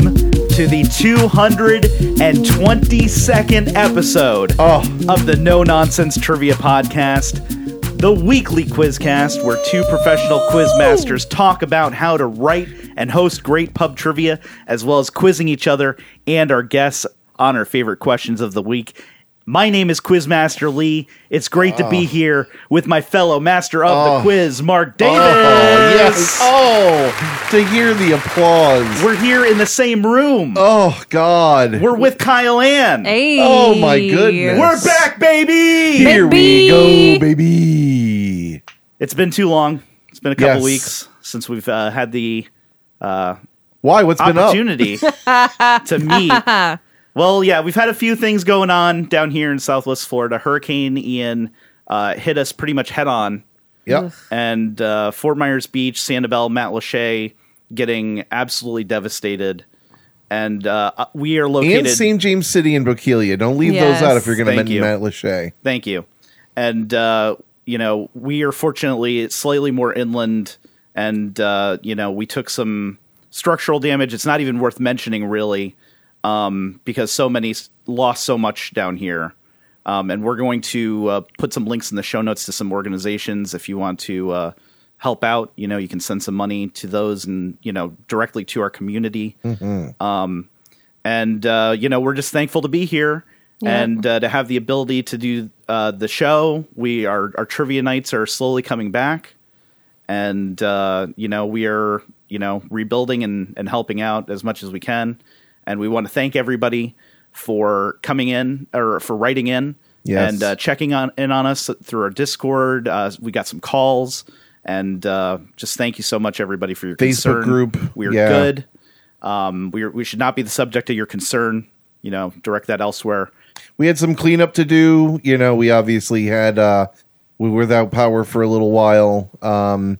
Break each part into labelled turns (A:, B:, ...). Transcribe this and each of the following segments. A: to the 222nd episode
B: Oh.
A: of the No Nonsense Trivia Podcast, the weekly quizcast where two professional quiz masters talk about how to write and host great pub trivia, as well as quizzing each other and our guests on our favorite questions of the week. My name is Quizmaster Lee. It's great to
B: Oh.
A: be here with my fellow master of the quiz, Mark Davis.
B: Oh, yes. Oh, to hear the applause.
A: We're here in the same room.
B: Oh, God.
A: We're with Kyle Ann.
C: Hey.
B: Oh, my goodness.
A: We're back, baby.
B: Here we go,
C: Baby.
B: baby.
A: It's been too long. It's been a couple
B: Yes.
A: weeks since we've uh, had the
B: Why? What's been up?
A: opportunity to meet. Well, yeah, we've had a few things going on down here in Southwest Florida. Hurricane Ian uh, hit us pretty much head on,
B: Yep.
A: and uh, Fort Myers Beach, Sanibel, Matt Lachey getting absolutely devastated. And uh, we are
B: And
A: located.
B: St. James City and Bokeelia. Don't leave
C: Yes.
B: those out if you're going to
A: Thank
B: mention
A: you.
B: Matt Lachey.
A: Thank you. And uh, you know, we are fortunately slightly more inland, and uh, you know, we took some structural damage. It's not even worth mentioning, really, um, because so many s- lost so much down here. Um, and we're going to uh, put some links in the show notes to some organizations if you want to uh, help out. You know, you can send some money to those, and you know, directly to our community and uh, you know we're just thankful to be here and uh, to have the ability to do uh, the show. We our our trivia nights are slowly coming back, and uh, you know we are you know rebuilding and and helping out as much as we can, and we want to thank everybody for coming in or for writing in
B: Yes.
A: and uh, checking on in on us through our Discord. Uh, we got some calls. And uh, just thank you so much, everybody, for your concern.
B: Facebook group.
A: We are
B: Yeah.
A: good. Um, we we should not be the subject of your concern. You know, direct that elsewhere.
B: we had some cleanup to do you know we obviously had uh we were without power for a little while um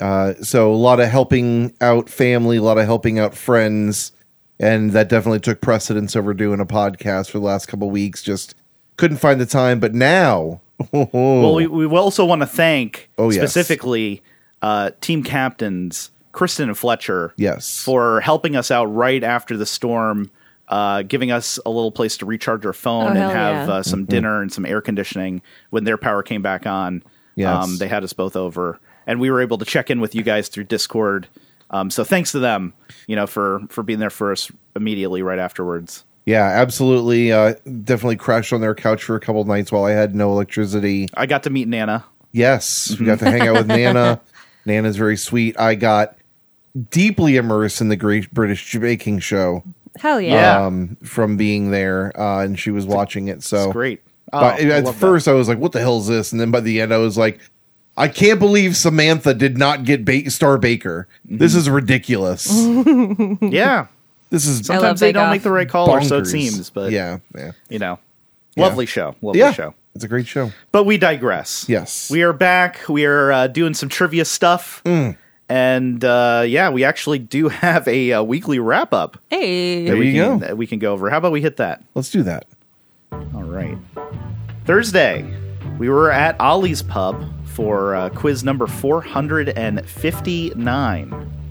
B: uh so a lot of helping out family a lot of helping out friends and that definitely took precedence over doing a podcast for the last couple weeks just couldn't find the time but now
A: Well, we, we will also want to thank
B: Oh, yes.
A: specifically uh, team captains Kristen and Fletcher
B: yes
A: for helping us out right after the storm, uh, giving us a little place to recharge our phone
C: Oh,
A: and
C: hell
A: have
C: yeah.
A: uh,
B: Mm-hmm.
A: some dinner and some air conditioning when their power came back on.
B: Yes.
A: Um, they had us both over, and we were able to check in with you guys through Discord. Um, so thanks to them, you know, for for being there for us immediately right afterwards.
B: yeah absolutely uh definitely crashed on their couch for a couple nights while i had no electricity
A: I got to meet Nana.
B: Yes, we got to hang out with
A: Mm-hmm.
B: Nana. Nana's very sweet. I got deeply immersed in the Great British Baking Show
C: Hell yeah.
A: Yeah.
B: um, from being there, uh, and she was watching it. So
A: It's great. Oh,
B: But
A: I
B: at
A: love
B: first, I was like, "What the hell is this?" And then by the end, I was like, "I can't believe Samantha did not get ba- Star Baker.
A: Mm-hmm.
B: This is ridiculous.
A: that. yeah.
B: this is
C: I
A: Sometimes
C: love
A: they
C: Bake
A: don't
C: Off.
A: make the right call, or so it
B: bonkers.
A: seems. But
B: yeah, yeah,
A: you know,
B: Yeah.
A: lovely show, lovely
B: yeah.
A: show.
B: It's a great show.
A: But we digress.
B: Yes.
A: We are back. We are uh, doing some trivia stuff.
B: Mm.
A: And uh, yeah, we actually do have a, uh weekly wrap up
C: Hey.
B: There
A: we
B: you
A: can,
B: go.
A: that we can go over. How about we hit that?
B: Let's do that.
A: All right. Thursday, we were at Ollie's Pub for uh, quiz number 459,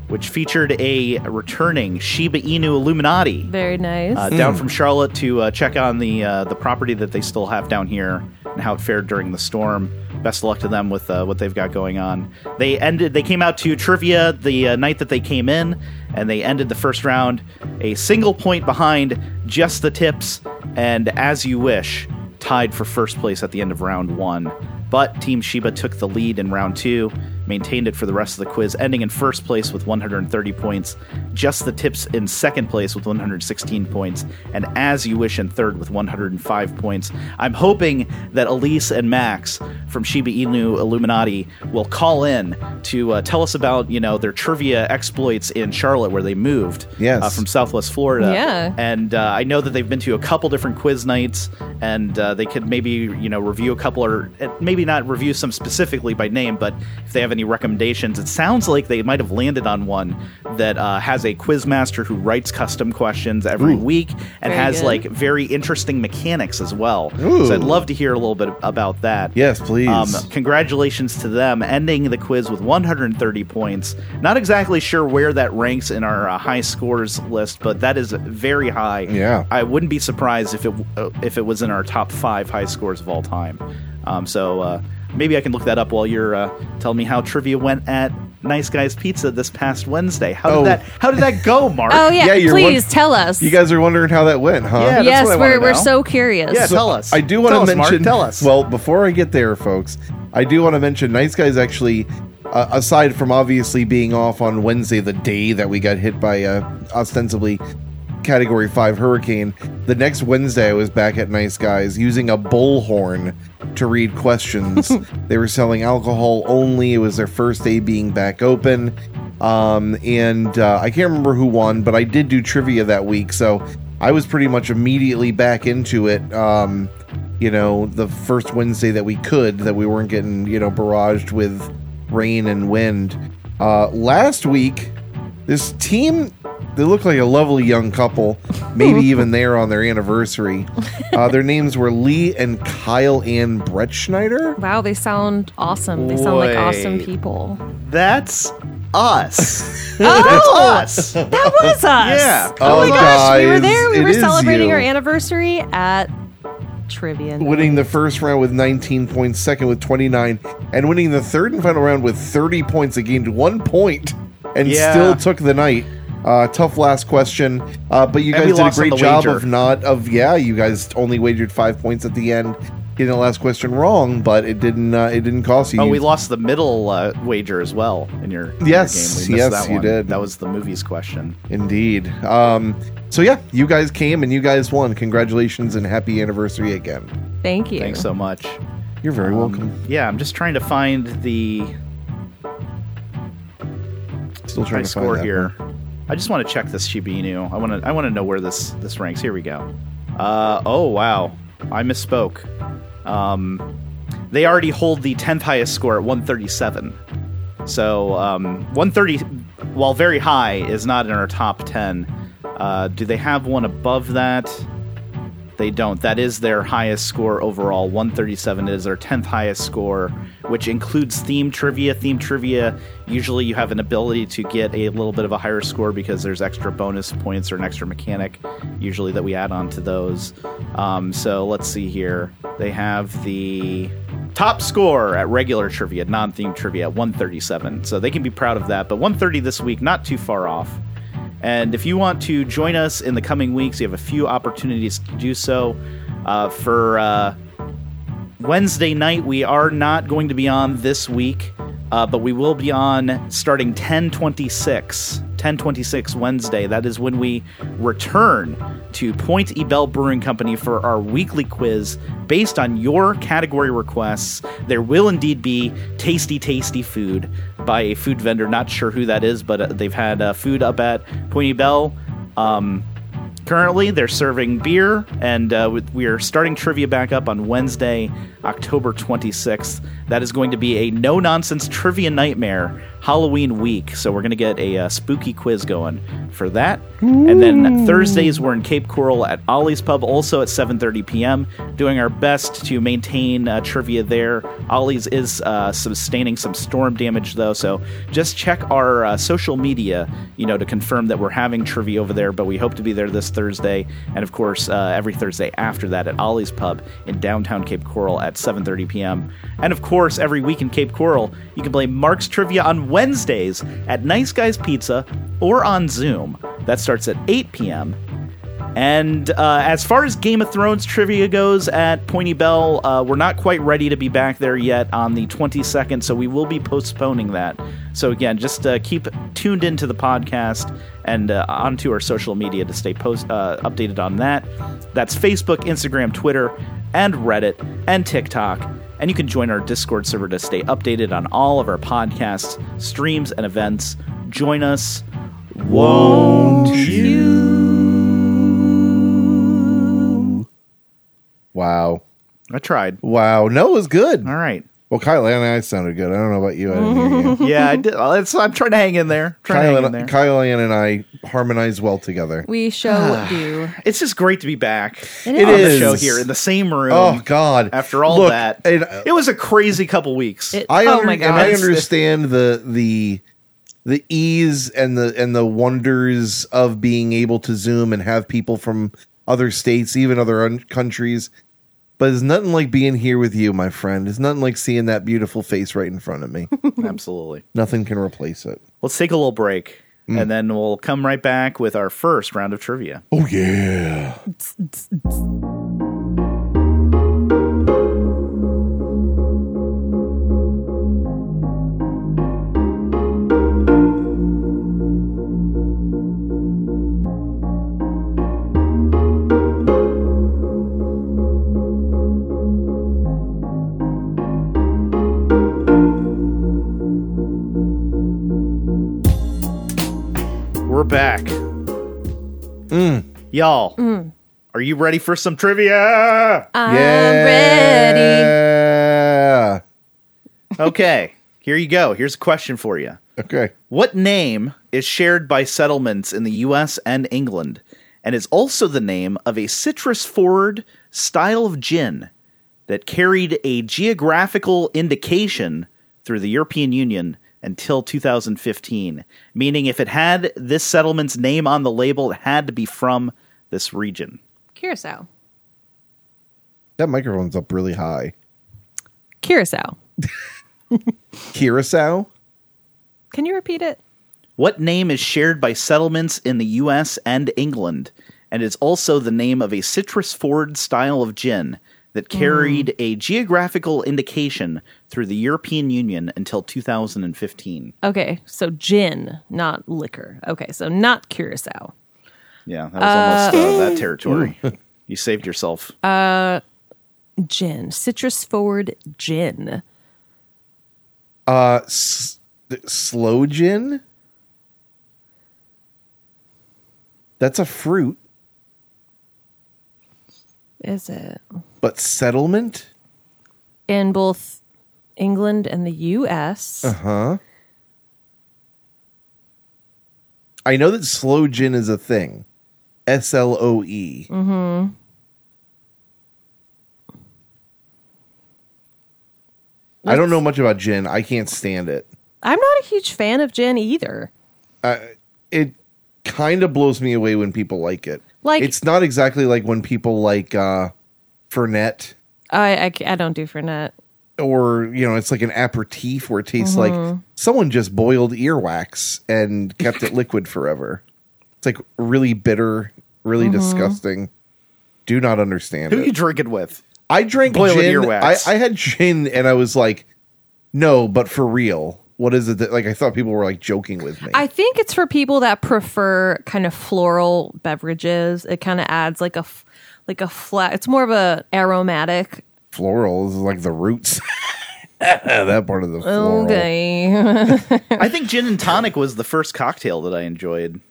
A: which featured a returning Shiba Inu Illuminati
C: Very nice.
A: uh, down from Charlotte to uh, check on the uh, the property that they still have down here and how it fared during the storm. Best of luck to them with uh, what they've got going on. They ended. They came out to trivia the uh, night that they came in, and they ended the first round a single point behind just the tips and as you wish, tied for first place at the end of round one. But Team Sheba took the lead in round two, maintained it for the rest of the quiz, ending in first place with 130 points. Just the tips in second place with 116 points, and as you wish in third with 105 points. I'm hoping that Elise and Max from Shiba Inu Illuminati will call in to uh, tell us about you know their trivia exploits in Charlotte, where they moved
B: Yes.
A: uh, from Southwest Florida.
C: Yeah.
A: And uh, I know that they've been to a couple different quiz nights, and uh, they could maybe you know review a couple or uh, maybe not review some specifically by name, but if they have any recommendations. It sounds like they might have landed on one that uh, has a quiz master who writes custom questions every
B: Ooh.
A: week and
C: Very
A: has
C: good.
A: like very interesting mechanics as well.
B: Ooh.
A: So I'd love to hear a little bit about that.
B: Yes, please.
A: Um, congratulations to them, ending the quiz with 130 points. Not exactly sure where that ranks in our uh, high scores list, but that is very high.
B: Yeah.
A: I wouldn't be surprised if it uh, if it was in our top five high scores of all time. Um, so uh, maybe I can look that up while you're uh, telling me how trivia went at Nice Guys Pizza this past Wednesday. How did
B: Oh.
A: that How did that go, Mark?
C: Oh yeah,
B: Yeah, you're one-
C: please tell us.
B: you guys are wondering how that went, huh?
A: Yeah, that's
C: yes,
A: what I wanna
C: we're we're
A: know.
C: so curious.
A: Yeah,
B: So
A: tell us.
B: I do
A: Tell
B: want
A: us,
B: to
A: Mark.
B: mention.
A: Tell us.
B: Well, before I get there, folks, I do want to mention. Nice guys actually, uh, aside from obviously being off on Wednesday, the day that we got hit by a ostensibly Category Five hurricane, the next Wednesday I was back at Nice Guys using a bullhorn to read questions. they were selling alcohol only. It was their first day being back open. Um, and uh, I can't remember who won, but I did do trivia that week, so I was pretty much immediately back into it. Um, you know, the first Wednesday that we could, that we weren't getting, you know, barraged with rain and wind. Uh, last week, this team, they look like a lovely young couple, maybe even there on their anniversary. Uh, their names were Lee and Kyle Ann Brett Schneider.
C: Wow, they sound awesome. They sound like awesome
A: Wait.
C: people.
A: That's us. That's
C: Oh,
A: us.
C: that was us.
A: Yeah.
C: Oh,
B: Oh,
C: my gosh, we were
B: guys,
C: there. We
B: it
C: were
B: is
C: celebrating
B: you.
C: our anniversary at Trivia.
B: Winning the first round with 19 points, second with 29, and winning the third and final round with 30 points. They gained one point and
A: Yeah.
B: still took the night. Uh, tough last question, uh, but you
A: And we
B: guys did a
A: lost on
B: great
A: the
B: job
A: wager.
B: of not of yeah. You guys only wagered five points at the end, getting the last question wrong, but it didn't uh, it didn't cost you.
A: Oh,
B: You
A: we lost the middle uh, wager as well in your, in your
B: Yes,
A: game. We missed
B: yes,
A: that
B: you
A: one.
B: did.
A: That was the movies question.
B: Indeed. Um, so yeah, you guys came and you guys won. Congratulations and happy anniversary again.
C: Thank you.
A: Thanks so much.
B: You're very
A: Um,
B: welcome.
A: Yeah, I'm just trying to find the
B: Still
A: high
B: trying to find
A: score
B: that
A: here. I just want to check this Shibinu. I want to. I want to know where this this ranks. Here we go. Uh, oh wow, I misspoke. Um, they already hold the tenth highest score at 137. So um, 130, while very high, is not in our top ten. Uh, do they have one above that? They don't. That is their highest score overall. 137 is their 10th highest score, which includes theme trivia. Theme trivia, usually you have an ability to get a little bit of a higher score because there's extra bonus points or an extra mechanic, usually, that we add on to those. Um, so let's see here. They have the top score at regular trivia, non theme trivia, at 137. So they can be proud of that. But 130 this week, not too far off. And if you want to join us in the coming weeks, you have a few opportunities to do so. Uh, for uh, Wednesday night, we are not going to be on this week, uh, but we will be on starting 1026. 1026 Wednesday. That is when we return to Point Ebel Brewing Company for our weekly quiz based on your category requests. There will indeed be tasty, tasty food by a food vendor. Not sure who that is, but uh, they've had uh, food up at Point Ebel. Um, Currently, they're serving beer, and uh, with- we are starting trivia back up on Wednesday, October 26th. That is going to be a no nonsense trivia nightmare Halloween week. So, we're going to get a uh, spooky quiz going for that. And then Thursdays, we're in Cape Coral at Ollie's Pub, also at 7.30 p.m., doing our best to maintain uh, trivia there. Ollie's is uh, sustaining some storm damage, though, so just check our uh, social media, you know, to confirm that we're having trivia over there, but we hope to be there this Thursday, and of course, uh, every Thursday after that at Ollie's Pub in downtown Cape Coral at 7.30 p.m. And of course, every week in Cape Coral, you can play Mark's Trivia on Wednesdays at Nice Guys Pizza or on Zoom. That starts at 8 p.m. And uh, as far as Game of Thrones trivia goes at Pointy Bell, uh, we're not quite ready to be back there yet on the 22nd, so we will be postponing that. So, again, just uh, keep tuned into the podcast and uh, onto our social media to stay post uh, updated on that. That's Facebook, Instagram, Twitter, and Reddit, and TikTok. And you can join our Discord server to stay updated on all of our podcasts, streams, and events. Join us. Won't you?
B: Wow.
A: I tried.
B: Wow. No, it was good.
A: All right.
B: Well, Kyle and I sounded good. I don't know about you. I didn't hear you.
A: yeah, I did, it's, I'm trying to hang in there. Trying to
B: Kyle,
A: hang in there.
B: and, Kyle Ann and I harmonize well together.
C: We show you.
A: it's just great to be back
C: It
A: on the
B: is.
A: show here in the same room.
B: Oh God!
A: After all
B: Look,
A: that, Oh
B: and, uh,
A: it was a crazy couple weeks.
C: It-
B: I
C: oh
B: under-
C: my
B: and
C: god!
B: I understand the the the ease and the and the wonders of being able to zoom and have people from other states, even other un- countries. But it's nothing like being here with you, my friend. It's nothing like seeing that beautiful face right in front of me.
A: Absolutely.
B: nothing can replace it.
A: Let's take a little break,
B: Mm.
A: and then we'll come right back with our first round of trivia.
B: Oh yeah.
A: We're back.
B: Mm.
A: Y'all,
C: Mm.
A: are you ready for some trivia?
C: I'm
B: yeah.
C: ready.
A: okay, here you go. Here's a question for you.
B: Okay.
A: What name is shared by settlements in the US and England and is also the name of a citrus forward style of gin that carried a geographical indication through the European Union until 2015? Meaning, if it had this settlement's name on the label, it had to be from this region.
C: Curacao.
B: That microphone's up really high.
C: Curacao.
B: Curacao.
C: Can you repeat it?
A: What name is shared by settlements in the US and England and is also the name of a citrus forward style of gin that carried a geographical indication through the European Union until 2015?
C: Okay, so gin, not liquor. Okay, so not curacao.
A: Yeah, that was almost uh, that territory. you saved yourself.
C: Gin, citrus forward gin.
B: Uh, s- slow gin. That's a fruit,
C: Is it
B: but settlement.
C: in both England and the U.S.?
B: I know that slow gin is a thing. S L O E. I don't know much about gin. I can't stand it.
C: I'm not a huge fan of gin either.
B: It kind of blows me away when people like it.
C: Like-
B: it's not exactly like when people like uh Fernet
C: I I, c- I don't do Fernet.
B: or you know, it's like an aperitif where it tastes like someone just boiled earwax and kept it liquid forever. It's like really bitter, really disgusting. Do not understand
A: Who
B: it.
A: you drinking with?
B: I drank
A: Boiled
B: gin.
A: earwax.
B: I, I had gin, and I was like, no, but for real, what is it that like? I thought people were like joking with me.
C: I think it's for people that prefer kind of floral beverages. It kind of adds like a f- like a flat. It's more of a aromatic.
B: floral this is like the roots. that part of the floral.
C: Okay,
A: I think gin and tonic was the first cocktail that I enjoyed.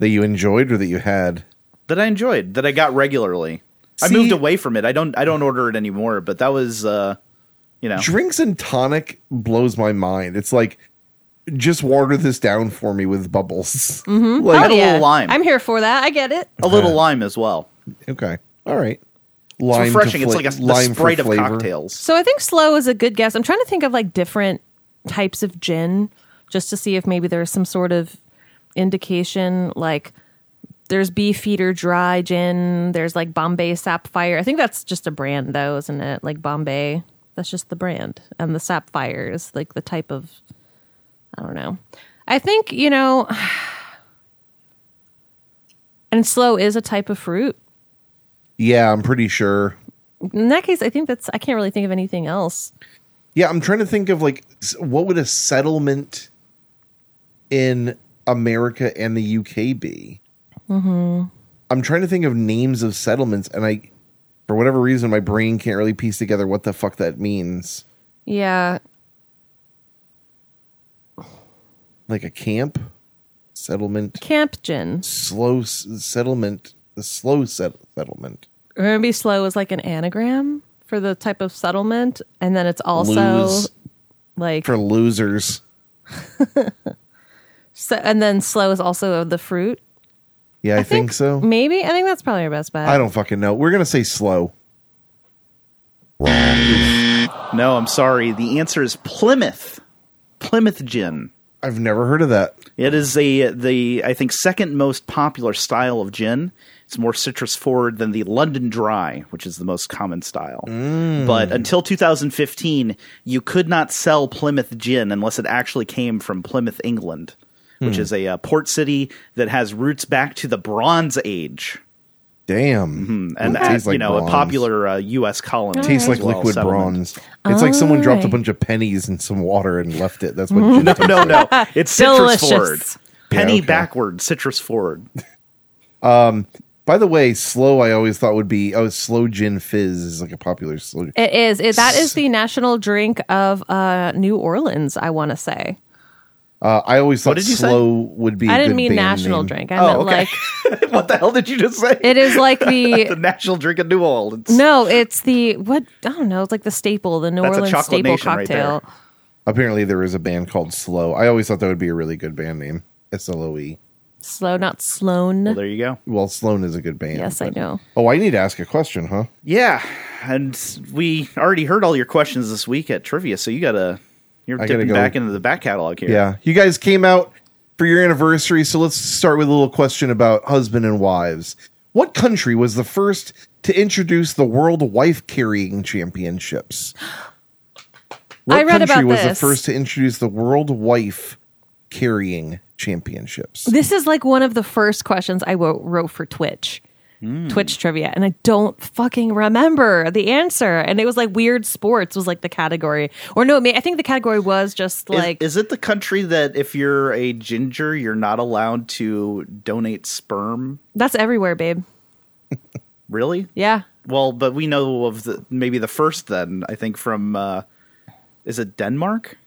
B: that you enjoyed or that you had.
A: that I enjoyed that I got regularly. I
B: See-
A: moved away from it. I don't I don't order it anymore, but that was uh you know.
B: Drinks and tonic blows my mind. It's like just water this down for me with bubbles.
A: Add
B: Like
A: a little lime.
C: Oh, I'm here for that. I get it.
A: a little lime as well.
B: okay, all right.
A: It's
B: Lime to
A: refreshing.
B: fla-
A: it's like a the
B: lime for
A: Sprite of
B: flavor.
A: cocktails.
C: So I think slow is a good guess. I'm trying to think of like different types of gin just to see if maybe there's some sort of indication like there's beefeater dry gin, there's like Bombay Sapphire. I think that's just a brand though, isn't it? Like Bombay, that's just the brand. And the Sapphire is like the type of I don't know. I think, you know, and slow is a type of fruit.
B: Yeah, I'm pretty sure.
C: In that case, I think that's I can't really think of anything else.
B: Yeah, I'm trying to think of like s- what would a settlement in America and the UK be? Mm-hmm. I'm trying to think of names of settlements, and I, for whatever reason, my brain can't really piece together what the fuck that means.
C: Yeah,
B: Like a camp settlement,
C: Camp gin.
B: slow s- settlement, a slow set- settlement.
C: Remember, be slow is like an anagram for the type of settlement, and then it's also
B: Lose.
C: like
B: for losers.
C: so, and then slow is also of the fruit.
B: Yeah, I, think, so.
C: Maybe I think that's probably our best bet.
B: I don't fucking know. We're gonna say slow.
A: No, I'm sorry. The answer is Plymouth. Plymouth gin.
B: I've never heard of that.
A: It is a the I think second most popular style of gin. It's more citrus forward than the London Dry, which is the most common style.
B: Mm.
A: But until 2015, you could not sell Plymouth gin unless it actually came from Plymouth, England,
B: Hmm.
A: which is a uh, port city that has roots back to the Bronze Age.
B: Damn.
A: And
B: It
A: uh,
B: tastes like
A: you know,
B: bronze.
A: a popular uh, U.S. colony.
B: tastes
A: as
B: like
A: well,
B: liquid
A: settlement.
B: bronze. It's like someone dropped a
C: Mm. Alright.
B: bunch of pennies in some water and left it. That's what gin tastes
A: No,
B: like.
A: no, it's citrus
C: Delicious.
A: forward. Penny
B: okay.
A: backward, citrus forward.
B: By the way, slow I always thought would be oh slow gin fizz is like a popular slow.
C: It is. It, that is the national drink of uh, New Orleans. I want to say.
B: Uh, I always thought
A: did you say?
B: slow would be. I
C: I didn't mean national drink. I meant
A: Oh, okay.
C: like
A: what the hell did you just say?
C: it is like
A: the
C: the.
A: national drink of New Orleans.
C: No, it's the what I don't know. It's like the staple, the New
A: That's a
C: Orleans
A: chocolate
C: staple
A: nation right
C: cocktail.
A: there.
B: Apparently, there is a band called Slow. I always thought that would be a really good band name. S L O E.
C: Slow, not Sloan.
A: Well, there you go.
B: Well, Sloan is a good band.
C: yes, I
B: but-
C: know.
B: Oh, I need to ask a question, huh?
A: Yeah, and we already heard all your questions this week at trivia, so you gotta you're
B: I gotta
A: dipping
B: go-
A: back into the back catalog here.
B: Yeah, you guys came out for your anniversary, so let's start with a little question about husband and wives. What country was the first to introduce the World Wife Carrying Championships? What
C: I read
B: country
C: about
B: was the
C: this.
B: first to introduce the World Wife Carrying Championships?
C: This is like one of the first questions I wo- wrote for Twitch,
A: Hmm.
C: Twitch trivia, and I don't fucking remember the answer. And it was like weird sports was like the category, or no, I mean, I think the category was just
A: Is-
C: like
A: is, it the country that if you're a ginger, you're not allowed to donate sperm?
C: that's everywhere, babe.
A: Really?
C: Yeah,
A: Well, but we know of the maybe the first. Then I think from uh, is it Denmark?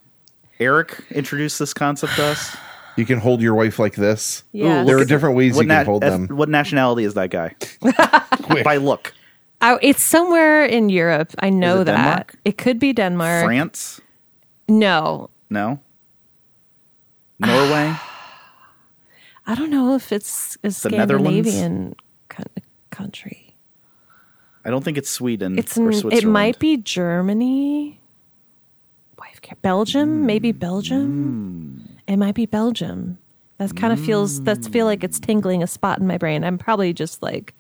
A: Eric introduced this concept to us.
B: You can hold your wife like this.
C: yeah.
B: there are different ways you can hold
A: eth-
B: them.
A: What nationality is that guy? By look,
C: I, it's somewhere in Europe. I know
A: it
C: that
A: Denmark?
C: it could be Denmark.
A: France?
C: No,
A: No. Norway?
C: I don't know if it's a
A: The Netherlands?
C: Scandinavian coun- country.
A: I don't think it's
B: Mm,
A: Sweden.
C: It's
A: or
C: in,
A: Switzerland.
C: it might be Germany. Wife care. Belgium,
B: Mm.
C: maybe Belgium. It might be Belgium. That kind of feels
B: Mm.
C: that's feel like it's tingling a spot in my brain. I'm probably just like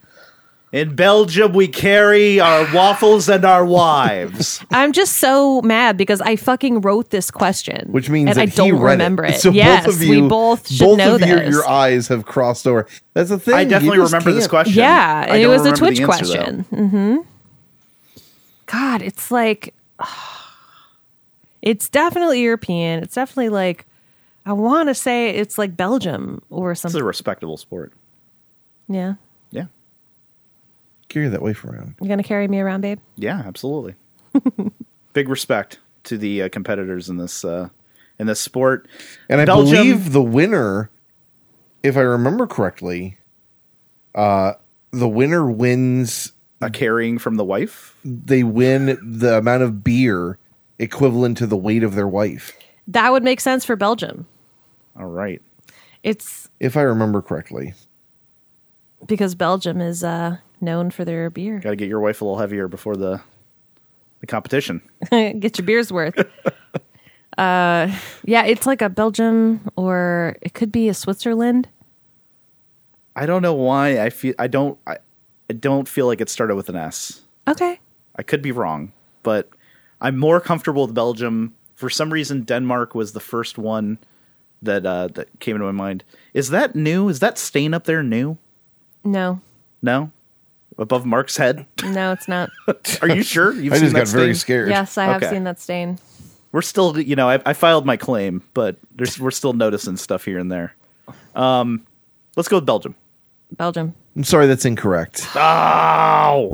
A: In Belgium, we carry our waffles and our wives.
C: I'm just so mad because I fucking wrote this question,
B: which means
C: and
B: that
C: I don't
B: he read
C: remember it.
B: So
C: yes,
B: both of you,
C: we both should
B: both
C: know
B: of your,
C: this.
B: your eyes have crossed over. That's the thing.
A: I
B: you
A: definitely
B: just
A: remember this
B: can't-
A: question.
C: Yeah,
A: I
C: it
A: don't
C: was a
A: remember the
C: Twitch
A: answer, though.
C: question. hmm God, it's like it's definitely European. It's definitely like I want to say it's like Belgium or
A: It's a
C: something.
A: respectable sport.
C: Yeah,
A: Yeah.
B: Carry that wife around.
C: you're gonna carry me around, babe.
A: Yeah, absolutely. Big respect to the uh, competitors in this uh, in this sport.
B: And I
A: Belgium-
B: believe the winner, if I remember correctly, uh, the winner wins.
A: a uh, carrying from the wife.
B: They win the amount of beer equivalent to the weight of their wife,
C: That would make sense for Belgium.
A: All right.
C: It's
B: if I remember correctly.
C: because Belgium is uh, known for their beer.
A: Got to get your wife a little heavier before the the competition.
C: Get your beer's worth. uh, yeah, it's like a Belgium or it could be a Switzerland.
A: I don't know why I feel I don't I, I don't feel like it started with an S.
C: Okay.
A: I could be wrong, but I'm more comfortable with Belgium. For some reason, Denmark was the first one that uh, that came into my mind. Is that new? Is that stain up there new?
C: No,
A: No, above Mark's head.
C: no, it's not.
A: Are you sure? You've
B: I just
A: that
B: got very
A: stain?
B: scared.
C: Yes, I have
A: Okay.
C: seen that stain.
A: We're still, you know, I, I filed my claim, but there's we're still noticing stuff here and there. Um, let's go with Belgium.
C: Belgium.
B: I'm sorry, that's incorrect.
A: Ow!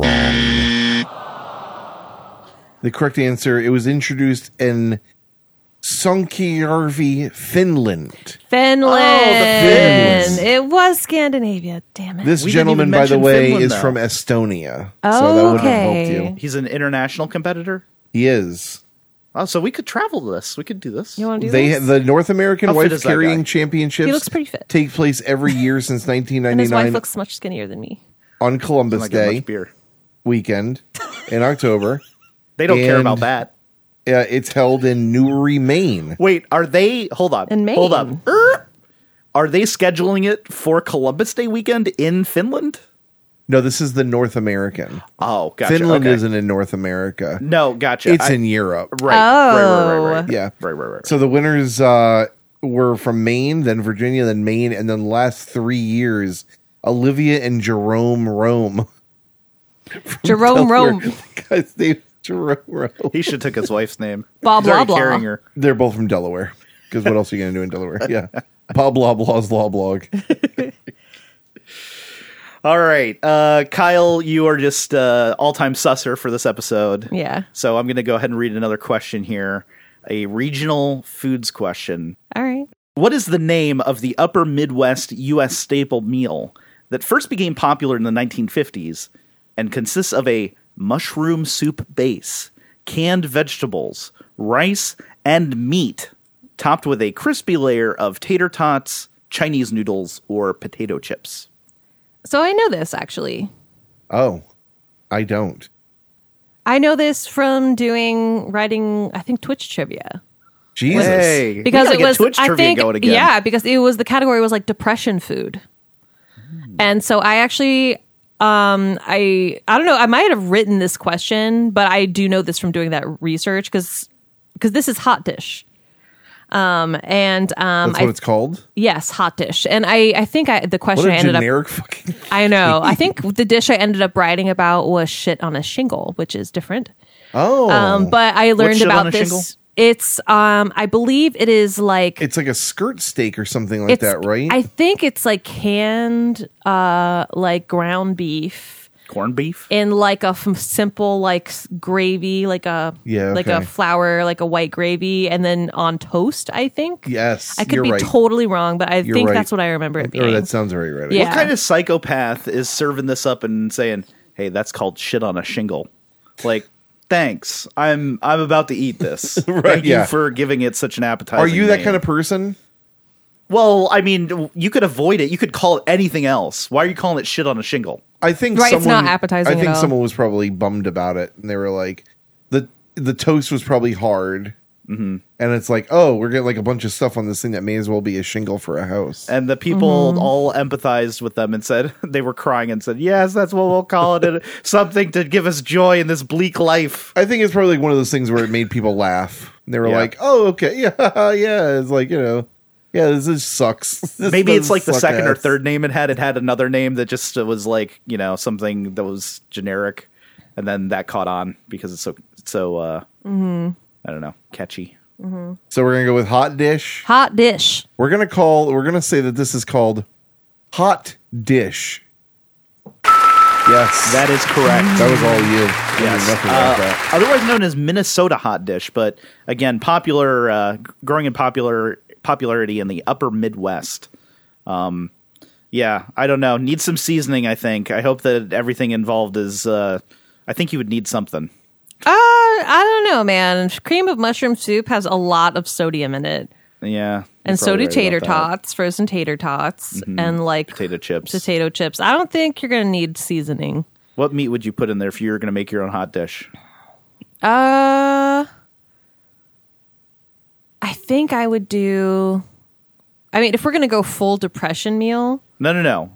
B: The correct answer. It was introduced in Sunkijärvi, Finland.
C: Finland.
A: Finns.
C: It was Scandinavia. Damn it.
B: This
A: We didn't
B: gentleman,
A: even
B: by the
A: mention
B: way,
A: Finland,
B: is
A: though.
B: from Estonia. so that would have helped
C: Oh, Okay.
B: you.
A: He's an international competitor.
B: He is.
A: Oh, so we could travel this. We could do this.
C: you want to do
B: They
C: this?
B: the North American
A: How fit
B: Wife
A: is that guy?
B: Carrying Championships
C: He looks pretty fit.
B: take place every year since
C: and his wife
B: 1999
C: looks much skinnier than me.
B: on
A: I'm
B: Columbus
A: not getting
B: Day
A: much beer.
B: weekend in October.
A: They don't care
B: And-
A: about that.
B: Uh, it's held in Newry, Maine.
A: Wait, are they? Hold on.
C: In Maine.
A: Hold up. Er, Are they scheduling it for Columbus Day weekend in Finland?
B: No, this is the North American.
A: Oh, gotcha.
B: Finland
A: okay.
B: isn't in North America.
A: No, gotcha.
B: It's
A: I-
B: in Europe.
A: right, right, right, right,
C: Oh.
A: right.
B: Yeah.
A: right, right, right.
B: So the winners uh, were from Maine, then Virginia, then Maine, and then last three years, Olivia and Jerome Rome.
C: Jerome
B: Delaware.
C: Rome.
B: The guy's name is Jerome Rome.
A: he should took his wife's name.
C: Blah,
A: He's already
C: blah, blah.
A: carrying her.
B: They're both from Delaware. Because what else are you going to do in Delaware? Yeah. Bob Loblaw's Law Blog.
A: All right, uh, Kyle, you are just uh, all-time susser for this episode.
C: Yeah.
A: So I'm going to go ahead and read another question here, a regional foods question.
C: All right.
A: What is the name of the upper Midwest U.S. staple meal that first became popular in the 1950s and consists of a mushroom soup base, canned vegetables, rice, and meat, topped with a crispy layer of tater tots, Chinese noodles, or potato chips?
C: So I know this actually.
B: Oh, I don't.
C: I know this from doing writing. I think Twitch trivia
B: Jesus.
A: We
C: because
A: gotta
C: it
A: get
C: was.
A: Twitch
C: I
A: trivia
C: think
A: going again.
C: yeah, because it was the category was like depression food, and so I actually. Um, I I don't know. I might have written this question, but I do know this from doing that research because this is hot dish. Um, and um,
B: That's what
C: I-
B: it's called.
C: yes, hot dish. And I I think I the
B: What
C: question I
B: a
C: ended up
B: generic fucking.
C: I know. I think the dish I ended up writing about was shit on a shingle, which is different.
B: Oh.
C: Um, but I learned
A: shit on
C: about
A: a
C: this.
A: shingle?
C: It's um, I believe it is like
B: it's like a skirt steak or something like that, right?
C: I think it's like canned, uh, like ground beef
A: Corned beef?
C: in like a f- simple like s- gravy, like a
B: Yeah,
C: like a
B: okay.
C: flour, like a white gravy, and then on toast. I think.
B: yes.
C: I could
B: you're
C: be
B: right.
C: totally wrong, but I
B: You're
C: think
B: right.
C: that's what I remember it being.
B: Or that sounds very right.
C: Yeah.
A: What kind of psychopath is serving this up and saying, "Hey, that's called shit on a shingle"? Like, thanks. I'm I'm about to eat this. Thank
B: yeah.
A: you for giving it such an appetizer.
B: Are you that kind of person?
A: Well, I mean, you could avoid it. You could call it anything else. Why are you calling it shit on a shingle?
B: I think
C: Right, it's
B: someone,
C: not appetizing
B: I
C: at
B: think
C: all.
B: someone was probably bummed about it, and they were like, the the toast was probably hard, and it's like, oh, we're getting like a bunch of stuff on this thing that may as well be a shingle for a house.
A: And the people all empathized with them and said they were crying and said, "Yes, that's what we'll call it. uh, Something to give us joy in this bleak life."
B: I think it's probably one of those things where it made people laugh. They were
A: Yeah.
B: like, oh, okay, yeah, yeah. It's like you know, yeah, this is sucks. This
A: Maybe
B: does
A: it's like the
B: suck
A: second or
B: ass.
A: third name it had. It had another name that just was like you know something that was generic, and then that caught on because it's so so. uh I don't know, catchy.
B: So we're gonna go with hot dish.
C: Hot dish.
B: We're gonna call. We're gonna say that this is called hot dish. Yes,
A: That is correct.
B: That was all you. I knew
A: Yes.
B: Nothing
A: Uh,
B: about that.
A: Otherwise known as Minnesota hot dish, but again, popular, uh, g- growing in popular popularity in the Upper Midwest. Um, yeah, I don't know. Needs some seasoning. I think. I hope that everything involved is. Uh, I think you would need something.
C: Uh, I don't know, man. Cream of mushroom soup has a lot of sodium in it,
A: Yeah,
C: and
A: you're
C: so
A: probably
C: do
A: right
C: tater
A: about that.
C: tots, frozen tater tots,
B: Mm-hmm.
C: and like
A: potato chips.
C: potato chips. I don't think you're gonna need seasoning.
A: What meat would you put in there if you were going to make your own hot dish?
C: Uh, I think I would do. I mean, if we're gonna go full depression meal,
A: No, no, no.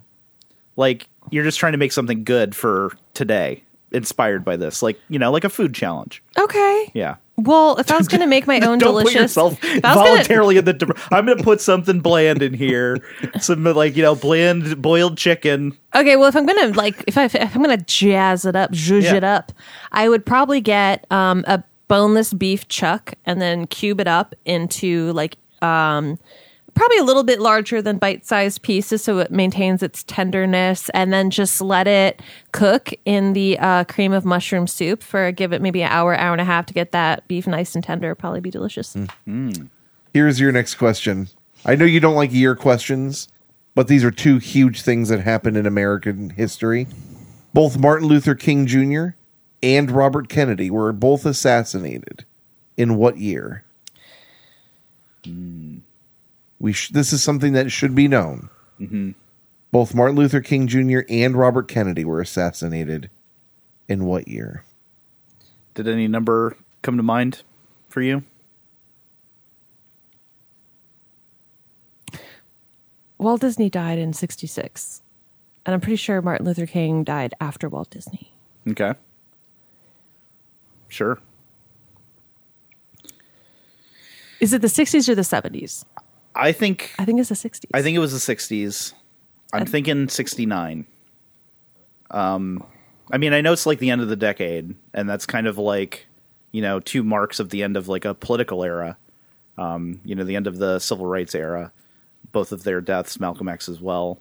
A: Like you're just trying to make something good for today, inspired by this. Like you know, like a food challenge.
C: okay.
A: Yeah.
C: Well, if I was gonna make my own
A: Don't
C: delicious,
A: put yourself
C: if I was gonna-
A: voluntarily in the. dep- I'm going to put something bland in here. Some like you know bland boiled chicken.
C: Okay, well, if I'm gonna like, if, I, if I'm gonna jazz it up, zhuzh
A: Yeah.
C: it up, I would probably get um, a boneless beef chuck and then cube it up into like um, probably a little bit larger than bite-sized pieces so it maintains its tenderness and then just let it cook in the uh, cream of mushroom soup for give it maybe an hour hour and a half to get that beef nice and tender probably be delicious
B: Here's your next question. I know you don't like year questions, but these are two huge things that happened in American history. Both Martin Luther King Jr. and Robert Kennedy were both assassinated. In what year? We sh- this is something that should be known. Both Martin Luther King Jr. and Robert Kennedy were assassinated. In what year?
A: Did any number come to mind for you?
C: walt disney died in 66 and i'm pretty sure martin luther king died after walt disney
A: Okay. Sure.
C: is it the 60s or the 70s
A: I think
C: i think it's the 60s
A: I think it was the 60s. I'm thinking 69. Um I mean, I know it's like the end of the decade and that's kind of like, you know, two marks of the end of like a political era. Um, you know, the end of the civil rights era, both of their deaths, Malcolm X as well,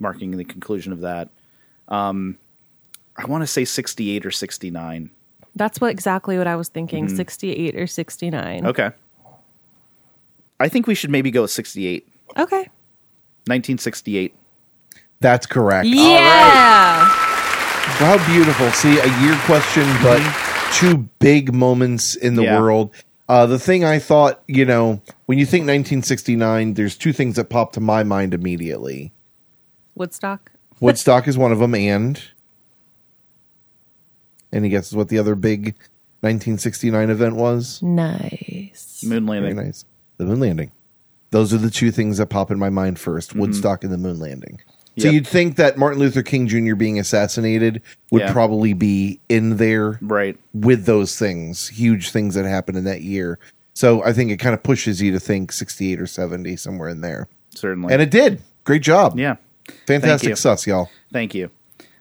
A: marking the conclusion of that. Um I want to say 68 or 69.
C: that's what exactly what i was thinking 68 or 69
A: Mm-hmm. Okay. I think we should maybe go with 68.
C: okay.
A: 1968.
B: That's correct.
C: yeah
B: How beautiful. See, a year question, but two big moments in the
A: Mm-hmm. Yeah.
B: world. Uh, the thing I thought, you know, when you think 1969, there's two things that pop to my mind immediately.
C: woodstock
B: Woodstock is one of them, and any guesses what the other big 1969 event was?
C: Nice.
A: Moon
B: Very
A: landing.
B: nice. The moon landing. Those are the two things that pop in my mind 1st Woodstock and the moon landing. So
A: Mm-hmm. Yep.
B: you'd think that Martin Luther King Jr. being assassinated would
A: Yeah.
B: probably be in there
A: Right.
B: with those things, huge things that happened in that year. So I think it kind of pushes you to think 68 or 70, somewhere in there.
A: Certainly.
B: And it did. Great job.
A: yeah.
B: Fantastic
A: you.
B: sus, y'all.
A: Thank you.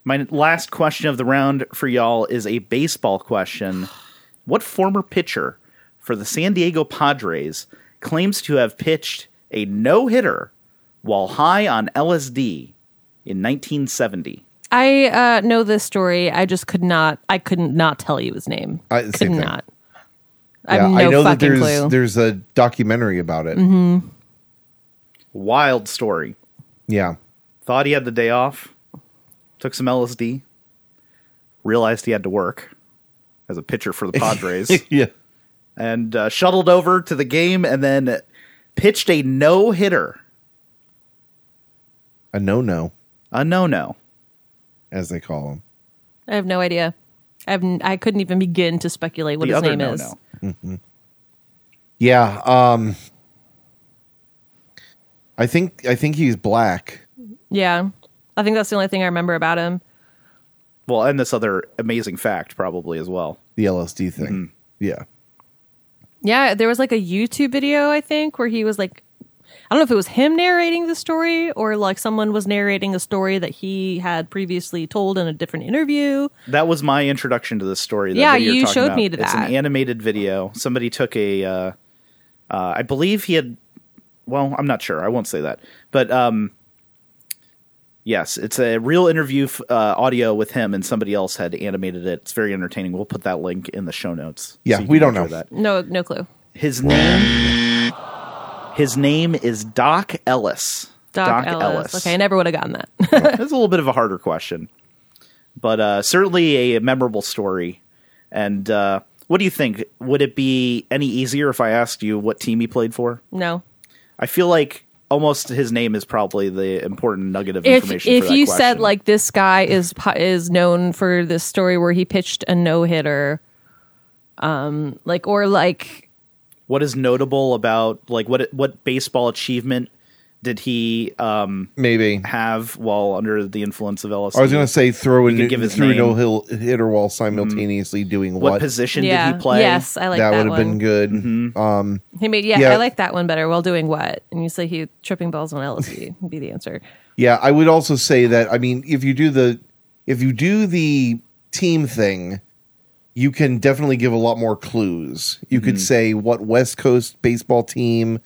A: My last question of the round for y'all is a baseball question. What former pitcher for the San Diego Padres claims to have pitched a no hitter while high on LSD in 1970?
C: I uh, know this story. I just could not. I couldn't not tell you his name.
A: Uh,
B: I-
C: could
B: same thing.
C: not. I have no
B: I know that
C: fucking
B: there's
C: clue. Mm-hmm.
B: there's a documentary about it.
A: Wild story.
B: Yeah.
A: Thought he had the day off, took some LSD, realized he had to work as a pitcher for the Padres.
B: Yeah.
A: and uh, shuttled over to the game and then pitched a no hitter,
B: A no no,
A: a no no.
B: as they call them.
C: I have no idea. I have. n- I couldn't even begin to speculate what
A: The
C: his
A: other
C: name
A: no
C: is.
A: no.
B: Yeah. Um I think I think he's black.
C: Yeah, I think that's the only thing I remember about him.
A: Well, and this other amazing fact probably as well.
B: The LSD thing.
A: Mm-hmm.
B: Yeah.
C: Yeah, there was like a YouTube video I think where he was like, I don't know if it was him narrating the story or like someone was narrating a story that he had previously told in a different interview.
A: That was my introduction to this story. That
C: Yeah,
A: video you're
C: you
A: talking
C: showed
A: about.
C: me to
A: It's
C: that.
A: an animated video. Somebody took a, uh, uh, I believe he had. Well, I'm not sure. I won't say that, but um, yes, it's a real interview f- uh, audio with him, and somebody else had animated it. It's very entertaining. We'll put that link in the show notes.
B: Yeah,
A: you
B: we
A: can
B: don't know.
A: enjoy that.
C: No, no clue.
A: His name His name is Doc Ellis.
C: Doc, Ellis. Okay, I never would have gotten that.
A: That's a little bit of a harder question. But uh, certainly a memorable story. And uh, what do you think? Would it be any easier if I asked you what team he played for?
C: no.
A: I feel like almost his name is probably the important nugget of
C: If
A: information.
C: if
A: for that
C: you said
A: question.
C: like this guy is po- is known for this story where he pitched a no hitter, um, like or like
A: what is notable about like what what baseball achievement did he um,
B: Maybe.
A: have while under the influence of LSD?
B: I was going to say throw a
A: could
B: new,
A: give his
B: through
A: name. Mm-hmm.
B: no hill, hitter while simultaneously doing what,
A: what, position
C: yeah,
A: did he play?
C: yes, I like
B: that
C: that,
B: would have
C: one.
B: been good. Um,
C: He made yeah,
B: Yeah.
C: I like that one better. While doing what? And you say he tripping balls on LSD would be the answer.
B: yeah, I would also say that. I mean, if you do the if you do the team thing, you can definitely give a lot more clues. You could say what West Coast baseball team.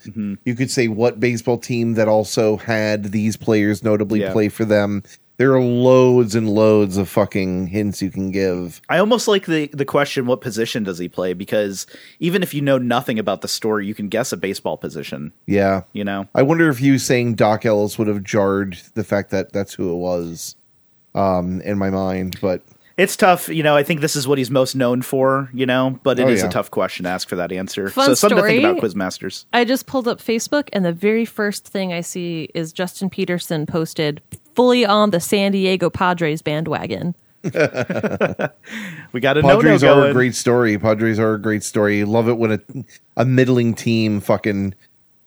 B: You could say what baseball team that also had these players notably
A: Yeah.
B: play for them. There are loads and loads of fucking hints you can give.
A: I almost like the the question, what position does he play? Because even if you know nothing about the story, you can guess a baseball position.
B: Yeah.
A: You know,
B: I wonder if you saying Doc Ellis would have jarred the fact that that's who it was um, in my mind, but
A: it's tough. You know, I think this is what he's most known for. You know, but it is
B: Oh,
A: a
B: yeah.
A: tough question to ask for that answer.
C: Fun
A: so something to think
C: story.
A: about, Quizmasters.
C: I just pulled up Facebook, and the very first thing I see is Justin Peterson posted fully on the San Diego Padres bandwagon.
A: We got a no no
B: Padres are a
A: going.
B: great story. Padres are a great story. Love it when a, a middling team fucking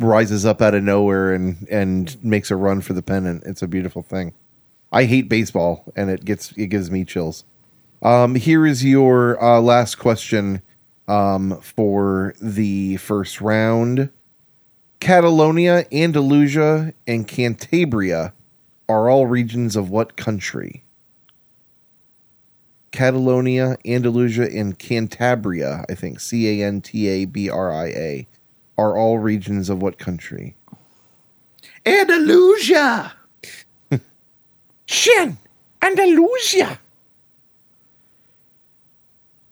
B: rises up out of nowhere and and makes a run for the pennant. It's a beautiful thing. I hate baseball, and it gets it gives me chills. Um, here is your uh, last question um, for the first round. Catalonia, Andalusia, and Cantabria are all regions of what country? Catalonia, Andalusia, and Cantabria, I think, C A N T A B R I A, are all regions of what country?
A: Andalusia.
B: Shin! Andalusia!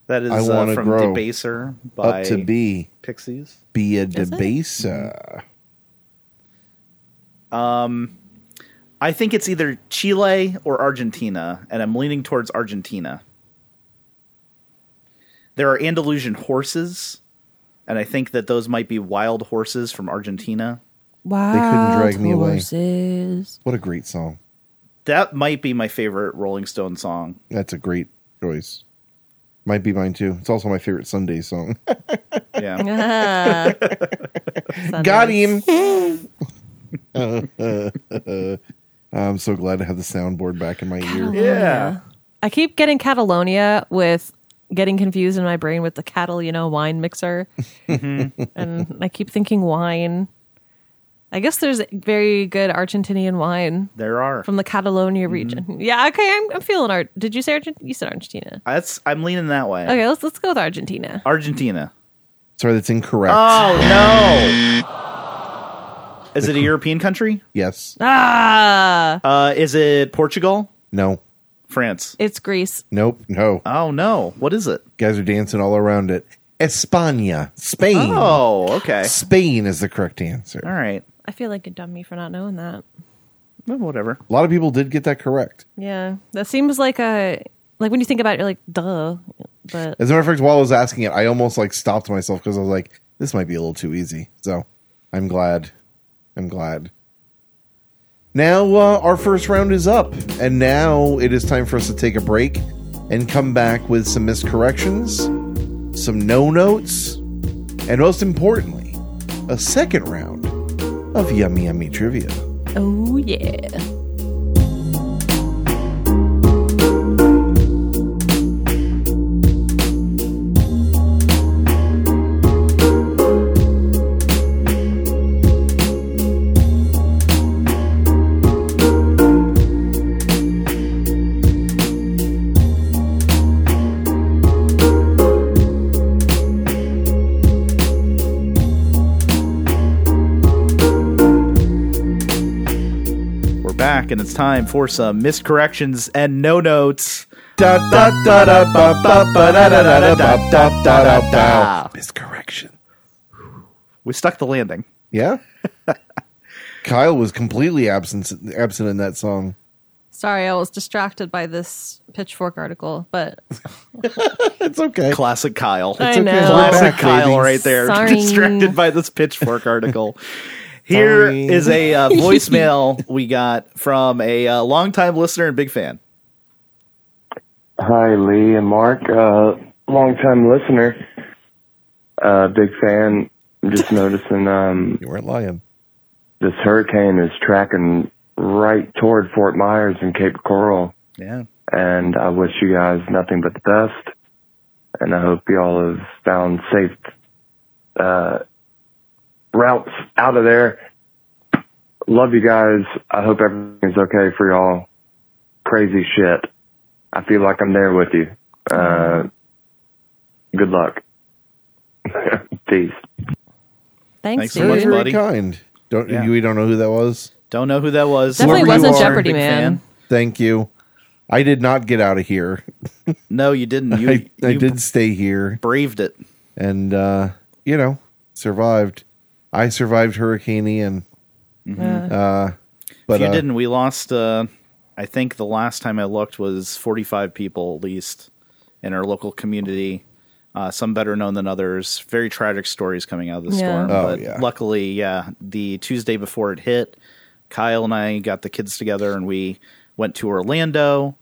A: That is
B: I
A: uh,
B: wanna
A: from
B: grow
A: Debaser by
B: Up to B.
A: Pixies.
B: Be a
C: Is it? Mm-hmm.
B: debaser.
A: I think it's either Chile or Argentina, and I'm leaning towards Argentina. There are Andalusian horses, and I think that those might be wild horses from Argentina.
C: Wow,
B: drag me away.
C: horses.
B: What a great song.
A: That might be my favorite Rolling Stone song.
B: That's a great choice. Might be mine too. It's also my favorite Sunday song.
A: Yeah.
C: Ah.
B: Got him! I'm so glad to have the soundboard back in my ear.
A: yeah.
C: I keep getting Catalonia with getting confused in my brain with the Catalina wine mixer.
B: Mm-hmm.
C: and I keep thinking wine. I guess there's very good Argentinian wine
A: There are.
C: from the
B: Mm-hmm.
C: Catalonia region. Yeah, okay, I'm, I'm feeling art. Did you say Argentina? You said Argentina.
A: That's I'm leaning that way.
C: Okay, let's let's go with Argentina.
A: Argentina.
B: Sorry, that's incorrect.
A: Oh no. Is it a European country?
B: yes.
C: Ah,
A: Uh, is it Portugal?
B: No.
A: France.
C: it's Greece.
B: Nope. No.
A: Oh no. What is it?
B: guys are dancing all around it. España, Spain.
A: Oh, okay.
B: Spain is the correct answer.
A: All right.
C: I feel like a dummy for not knowing that.
A: Well, whatever.
B: A lot of people did get that correct.
C: Yeah, that seems like a like when you think about it, you're like, duh. But
B: As a matter of fact, while I was asking it, I almost like stopped myself because I was like, this might be a little too easy. So I'm glad. I'm glad. Now uh, our first round is up, and now it is time for us to take a break and come back with some miscorrections, some no notes, and most importantly, a second round of yummy yummy trivia.
C: oh yeah.
A: We're back, and it's time for some miscorrections and no notes.
B: da da da da ba ba ba da da da da da da da da da. Miscorrection.
A: We stuck the landing.
B: Yeah. Kyle was completely absent absent in that song.
C: Sorry, I was distracted by this pitchfork article, but
B: It's okay.
A: Classic Kyle.
C: I know.
B: We're
A: Classic
B: back,
A: Kyle
B: baby.
A: right there.
C: Sorry.
A: Distracted by this pitchfork article. Here
B: Sorry.
A: is a uh, voicemail we got from a uh, longtime listener and big fan.
D: Hi, Lee and Mark. Uh, long time listener. Uh, big fan. Just noticing um,
B: You weren't lying.
D: this hurricane is tracking right toward Fort Myers and Cape Coral.
A: Yeah.
D: And I wish you guys nothing but the best. And I hope you all have found safe uh, routes out of there. Love you guys. I hope everything's okay for y'all. Crazy shit. I feel like I'm there with you. Uh, good luck. Peace.
A: Thanks
C: Thanks,
A: so
C: dude.
A: much,
B: Very, very
A: buddy.
B: kind. Don't
A: Yeah.
B: we don't know who that was?
A: Don't know who that was.
C: Definitely
A: Whoever you
B: wasn't
A: are,
C: Jeopardy,
A: big
C: man.
B: Thank you. I did not get out of here.
A: No, you didn't. You,
B: I, I
A: you
B: did stay here
A: braved it.
B: and uh, you know, survived. I survived Hurricane Ian. Uh, but
A: if you
B: uh,
A: didn't, we lost. Uh, I think the last time I looked was 45 people at least in our local community. Uh, some better known than others. Very tragic stories coming out of the
C: Yeah.
A: storm.
B: Oh,
A: but
B: yeah.
A: luckily, yeah, the Tuesday before it hit, Kyle and I got the kids together and we went to Orlando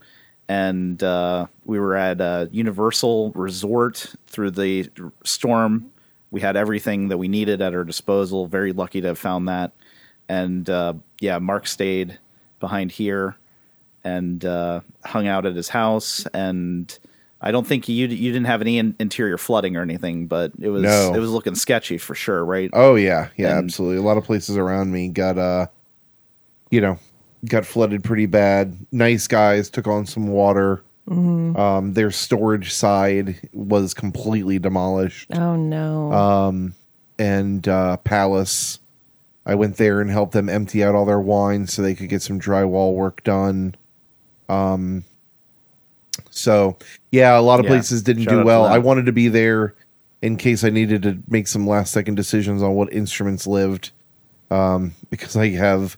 A: and uh, we were at a Universal Resort through the storm. We had everything that we needed at our disposal. Very lucky to have found that. And uh, yeah, Mark stayed behind here and uh, hung out at his house. And I don't think you you didn't have any in- interior flooding or anything, but it was
B: No.
A: it was looking sketchy for sure, right?
B: Oh yeah, yeah,
A: And-
B: absolutely. A lot of places around me got uh you know, got flooded pretty bad. Nice guys took on some water.
A: Mm-hmm.
B: Um their storage side was completely demolished.
C: Oh no.
A: Uh,
B: And uh Palace I went there and helped them empty out all their wine so they could get some drywall work done. Um so yeah, a lot of
A: Yeah.
B: places didn't
A: Shout out
B: do
A: to
B: well.
A: them.
B: I wanted to be there in case I needed to make some last second decisions on what instruments lived um, because I have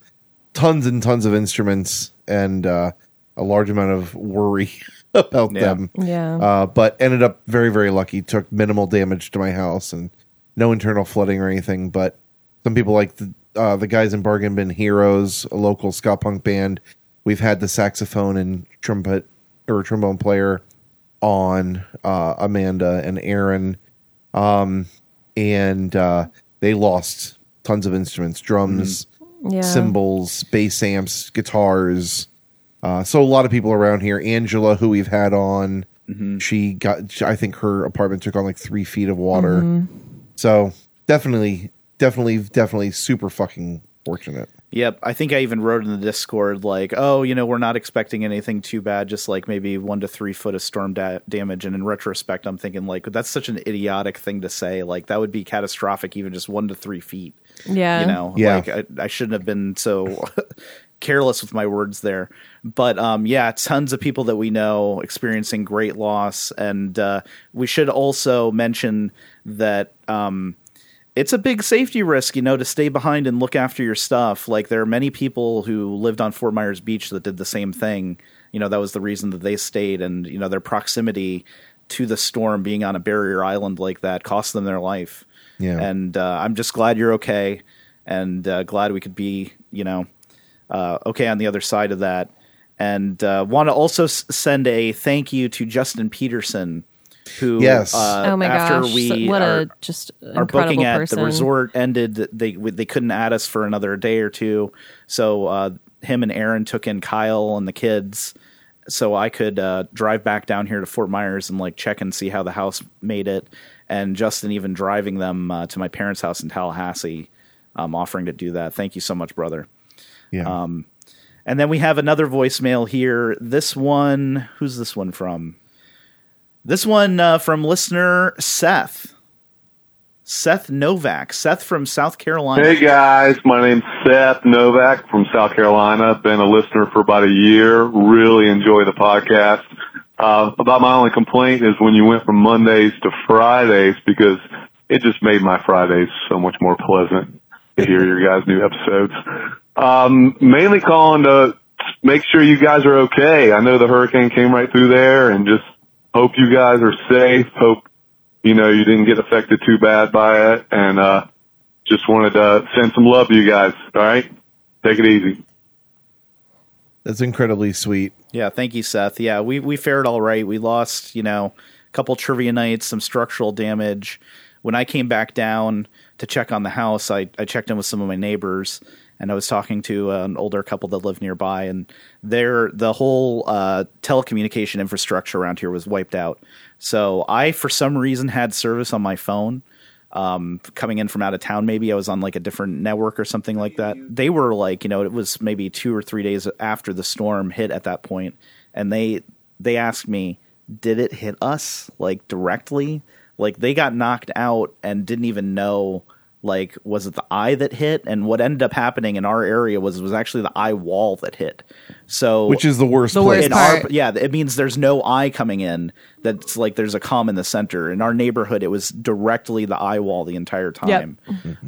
B: tons and tons of instruments and uh, a large amount of worry about
A: Yeah.
B: them.
C: yeah.
B: Uh, but ended up very, very lucky. Took minimal damage to my house and no internal flooding or anything. But some people like the, uh, the guys in Bargain Bin Heroes, a local ska punk band. We've had the saxophone and trumpet or trombone player on uh, Amanda and Aaron Um, and uh, they lost tons of instruments drums
C: yeah.
B: cymbals bass amps guitars uh, so a lot of people around here angela who we've had on she got i think her apartment took on like three feet of water
E: Mm-hmm.
B: so definitely definitely definitely super fucking fortunate
A: Yep. I think I even wrote in the Discord, like, oh, you know, we're not expecting anything too bad, just like maybe one to three foot of storm da- damage. And in retrospect, I'm thinking, like, that's such an idiotic thing to say. Like, that would be catastrophic, even just one to three feet.
C: yeah.
A: You know,
B: Yeah.
A: like, I, I shouldn't have been so careless with my words there. But um, yeah, tons of people that we know experiencing great loss. And uh, we should also mention that. Um, it's a big safety risk, you know, to stay behind and look after your stuff. Like there are many people who lived on Fort Myers Beach that did the same thing. You know, that was the reason that they stayed and, you know, their proximity to the storm being on a barrier island like that cost them their life.
B: Yeah.
A: And uh, I'm just glad you're okay and uh, glad we could be, you know, uh, okay on the other side of that. And uh, want to also s- send a thank you to Justin Peterson, who
B: Yes.
A: uh,
C: oh my
A: after
C: gosh.
A: we
C: what
A: are-
C: a just
A: our
C: incredible
A: booking at
C: person.
A: the resort ended. They they couldn't add us for another day or two, so uh, him and Aaron took in Kyle and the kids, so I could uh, drive back down here to Fort Myers and like check and see how the house made it. And Justin even driving them uh, to my parents' house in Tallahassee, um, offering to do that. Thank you so much, brother.
B: yeah um,
A: And then we have another voicemail here. This one, who's this one from? This one uh, from listener Seth. Seth Novak. Seth from South Carolina.
F: Hey guys, my name's Seth Novak from South Carolina. Been a listener for about a year. Really enjoy the podcast. Uh, about my only complaint is when you went from Mondays to Fridays because it just made my Fridays so much more pleasant to hear your guys' new episodes. Um, mainly calling to make sure you guys are okay. I know the hurricane came right through there and just hope you guys are safe. Hope, you know, you didn't get affected too bad by it and, uh, just wanted to send some love to you guys. All right, take it easy.
B: that's incredibly sweet
A: Yeah, thank you, Seth. Yeah, we we fared all right. We lost, you know, a couple trivia nights, some structural damage. When I came back down to check on the house, I, I checked in with some of my neighbors, and I was talking to an older couple that lived nearby, and their the whole uh, telecommunication infrastructure around here was wiped out. So I, for some reason, had service on my phone um, coming in from out of town. Maybe I was on like a different network or something like that. They were like, you know, it was maybe two or three days after the storm hit at that point, and they they asked me, did it hit us like directly? like they got knocked out and didn't even know like was it the eye that hit and what ended up happening in our area was was actually the eye wall that hit so
B: which is the worst
E: The
B: place.
E: worst
A: in our,
E: part.
A: yeah it means there's no eye coming in that's like there's a calm in the center in our neighborhood it was directly the eye wall the entire time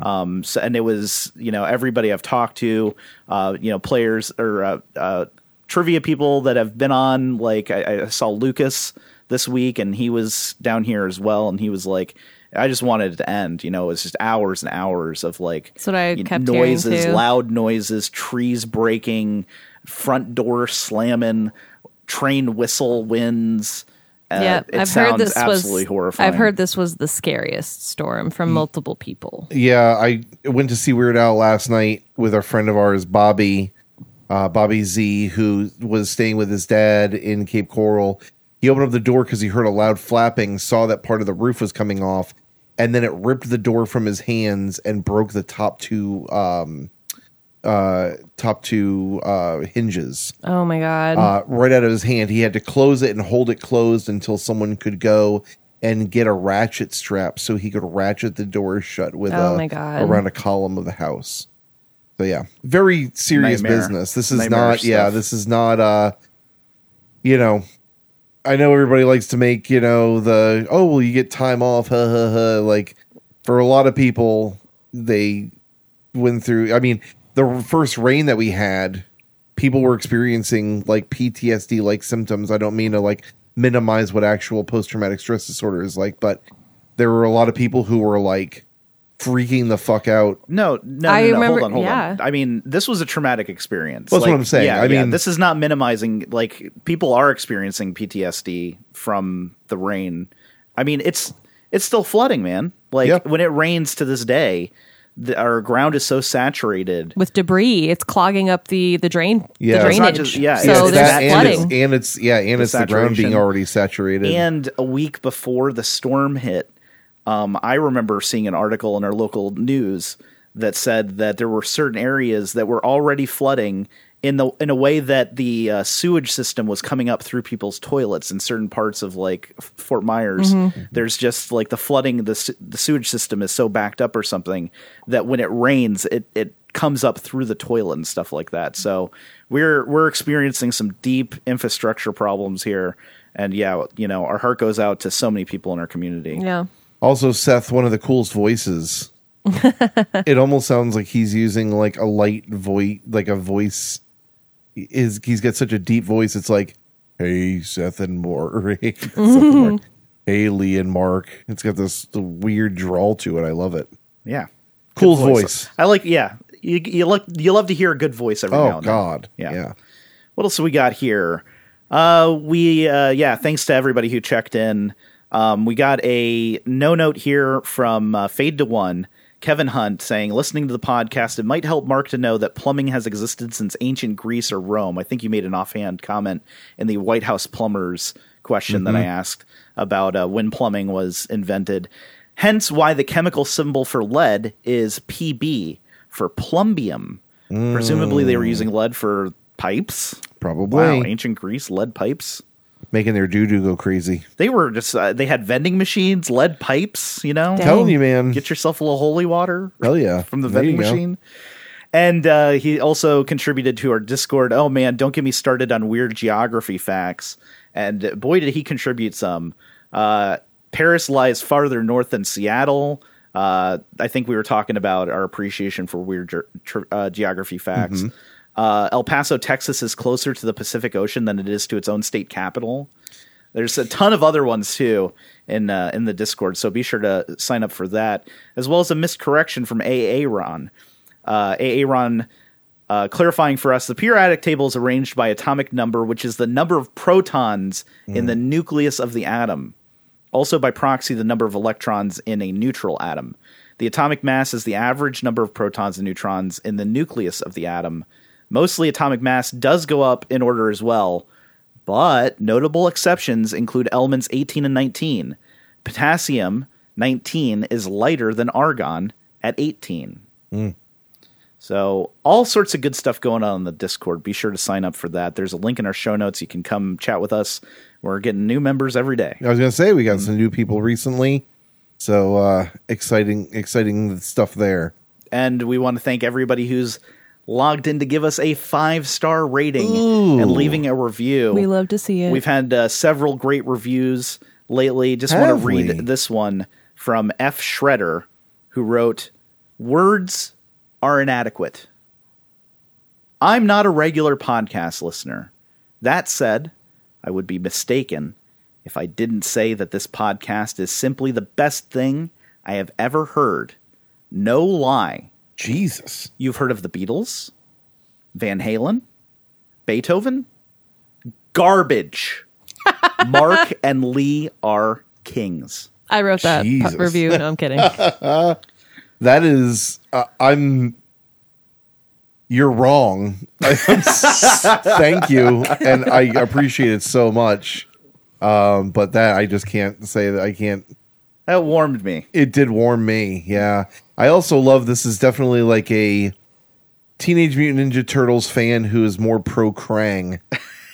A: um so and it was you know everybody i've talked to uh you know players or uh, uh trivia people that have been on like I, I saw lucas this week and he was down here as well and he was like I just wanted it to end, you know. It was just hours and hours of like
E: That's what I
A: you know,
E: kept hearing,
A: noises,
E: too.
A: loud loud noises, trees breaking, front door slamming, train whistle winds. Uh,
C: yeah,
A: it
C: I've
A: sounds
C: heard this
A: absolutely
C: was
A: horrifying. Mm.
C: I've heard this was the scariest storm from multiple people.
B: Yeah, I went to see Weird Al last night with a friend of ours, Bobby, uh, Bobby Z, who was staying with his dad in Cape Coral. He opened up the door because he heard a loud flapping, saw that part of the roof was coming off, and then it ripped the door from his hands and broke the top two um, uh, top two uh, hinges
C: Oh my god.
B: uh, right out of his hand. He had to close it and hold it closed until someone could go and get a ratchet strap so he could ratchet the door shut with
C: Oh
B: a,
C: my God.
B: around a column of the house. So yeah, very serious
A: Nightmare.
B: business. This is
A: Nightmare
B: not yeah,
A: stuff.
B: this is not uh you know, I know everybody likes to make, you know, the oh, well you get time off, ha ha ha like for a lot of people they went through i mean the first rain that we had people were experiencing like ptsd like symptoms i don't mean to like minimize what actual post-traumatic stress disorder is like but there were a lot of people who were like freaking the fuck out
A: no, no,
C: I
A: no, no,
C: remember-
A: hold on, hold
C: yeah.
A: on. I mean, this was a traumatic experience.
B: That's what I'm saying.
A: Yeah,
B: I
A: yeah,
B: mean-
A: this is not minimizing. Like, people are experiencing PTSD from the rain. I mean, it's it's still flooding, man. Like
B: Yeah.
A: when it rains to this day, the, our ground is so saturated.
C: with debris, it's clogging up the the drain
B: Yeah.
C: the
B: It's
C: drainage.
A: not just- yeah,
C: so
A: it's
C: there's
A: that
B: and
C: flooding.
B: it's, and it's yeah and
A: The
B: it's the ground being
A: saturation.
B: already saturated
A: And a week before the storm hit, um, I remember seeing an article in our local news that said that there were certain areas that were already flooding in the in a way that the uh, sewage system was coming up through people's toilets in certain parts of like F- Fort Myers. There's just like the flooding the se- the sewage system is so backed up or something that when it rains it it comes up through the toilet and stuff like that. So we're we're experiencing some deep infrastructure problems here. And yeah, you know, our heart goes out to so many people in our community.
C: yeah.
B: also seth one of the coolest voices it almost sounds like he's using like a light voice like a voice is he's got such a deep voice it's like hey seth and more Hey, Seth and
C: Mm-hmm.
B: Mark. hey lee and mark it's got this weird drawl to it i love it
A: Yeah.
B: cool
A: Good
B: voice,
A: I like yeah. You you look you love to hear a good voice every now
B: oh
A: and then.
B: god
A: Yeah.
B: yeah,
A: What else have we got here? Uh we uh yeah, thanks to everybody who checked in. Um we got a no note here from uh, Fade to One. Kevin Hunt saying, listening to the podcast, it might help Mark to know that plumbing has existed since ancient Greece or Rome. I think you made an offhand comment in the White House plumbers question that I asked about uh, when plumbing was invented. Hence why the chemical symbol for lead is PB for plumbium. Presumably they were using lead for pipes.
B: probably
A: Wow, ancient Greece lead pipes.
B: making their doo-doo go crazy
A: They were just uh, they had vending machines, lead pipes, you know.
C: Dang.
B: telling you man
A: Get yourself a little holy water
B: oh yeah
A: from the
B: There you
A: vending
B: go.
A: machine. And uh, he also contributed to our Discord. Oh man, don't get me started on weird geography facts. And uh, boy, did he contribute some. Uh, Paris lies farther north than Seattle. Uh, I think we were talking about our appreciation for weird ge- tr- uh, geography facts.
B: Mm-hmm.
A: Uh, El Paso, Texas, is closer to the Pacific Ocean than it is to its own state capital. There's a ton of other ones too in uh, in the Discord, so be sure to sign up for that, as well as a miscorrection from Aaron. Uh, Aaron uh, clarifying for us the periodic table is arranged by atomic number, which is the number of protons in the nucleus of the atom. Also, by proxy, the number of electrons in a neutral atom. The atomic mass is the average number of protons and neutrons in the nucleus of the atom. Mostly, atomic mass does go up in order as well, but notable exceptions include elements 18 and 19. Potassium 19 is lighter than argon at 18. So, all sorts of good stuff going on in the Discord. Be sure to sign up for that. There's a link in our show notes. You can come chat with us. We're getting new members every day.
B: I was going to say we got some new people recently. So uh, exciting, exciting stuff there.
A: And we want to thank everybody who's logged in to give us a five star rating and leaving a review.
C: We love to see it.
A: We've had uh, several great reviews lately. Just want
B: Have
A: to read
B: we?
A: this one from F. Shredder, who wrote, Words are inadequate. I'm not a regular podcast listener. That said, I would be mistaken if I didn't say that this podcast is simply the best thing I have ever heard. No lie.
B: Jesus,
A: You've heard of the Beatles, Van Halen, Beethoven? Garbage. Mark and Lee are kings.
C: I wrote that pu-
B: Jesus.
C: review. No, I'm kidding.
B: that is uh, I'm. You're wrong. Thank you, and I appreciate it so much. Um, but that I just can't say that I can't
A: That warmed me.
B: it did warm me. Yeah. I also love this is definitely like a Teenage Mutant Ninja Turtles fan who is more pro Krang,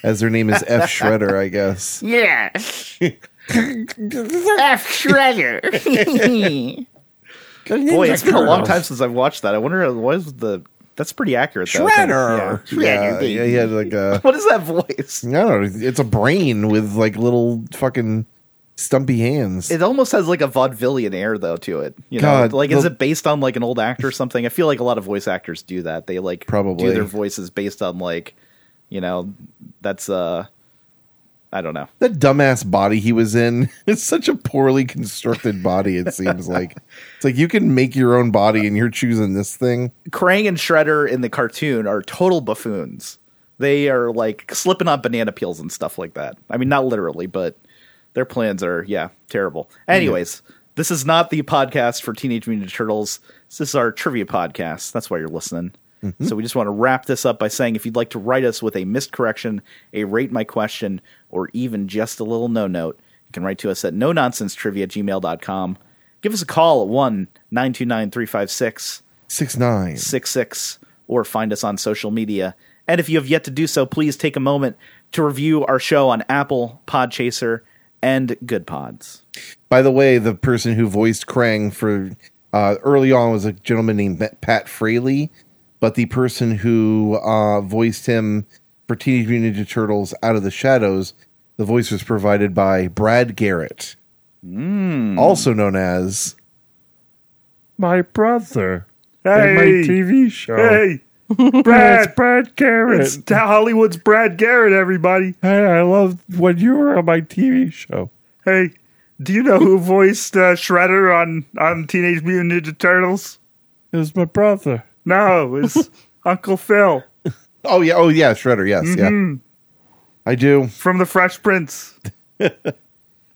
B: as their name is F Shredder, I guess.
E: Yeah. F. Shredder.
A: Boy, it's been a long time since I've watched that. I wonder what is the that's pretty accurate though. I think. Yeah.
B: Yeah, yeah, he had like a
A: What is that voice?
B: I don't know, it's a brain with like little fucking stumpy hands.
A: It almost has like a vaudevillian air though to it. You know,
B: God,
A: like is
B: the-
A: it based on like an old actor or something? I feel like a lot of voice actors do that. They like
B: Probably.
A: do their voices based on like, you know, that's uh I don't know.
B: that dumbass body he was in it's such a poorly constructed body, it seems like. It's like you can make your own body and you're choosing this thing.
A: Krang and Shredder in the cartoon are total buffoons. They are like slipping on banana peels and stuff like that. I mean, not literally, but their plans are, yeah, terrible. Anyways, this is not the podcast for Teenage Mutant Ninja Turtles. This is our trivia podcast. That's why you're listening. So we just want to wrap this up by saying if you'd like to write us with a miscorrection, a rate my question, or even just a little no note, you can write to us at no nonsense trivia gmail.com. Give us a call at 1 929 356
B: Six nine.
A: 66 or find us on social media. And if you have yet to do so, please take a moment to review our show on Apple, Podchaser, and Good Pods.
B: By the way, the person who voiced Krang for uh, early on was a gentleman named Ma- Pat Fraley, but the person who uh, voiced him for Teenage Mutant Ninja Turtles Out of the Shadows, the voice was provided by Brad Garrett, also known as
G: my brother in my TV show. Hey, Brad, Brad Garrett. It's Hollywood's Brad Garrett, everybody. Hey, I love when you were on my TV show. Hey, do you know who voiced uh, Shredder on on Teenage Mutant Ninja Turtles? It was my brother. No, it was Uncle Phil
B: oh yeah oh yeah Shredder yes yeah I do
G: from The Fresh Prince.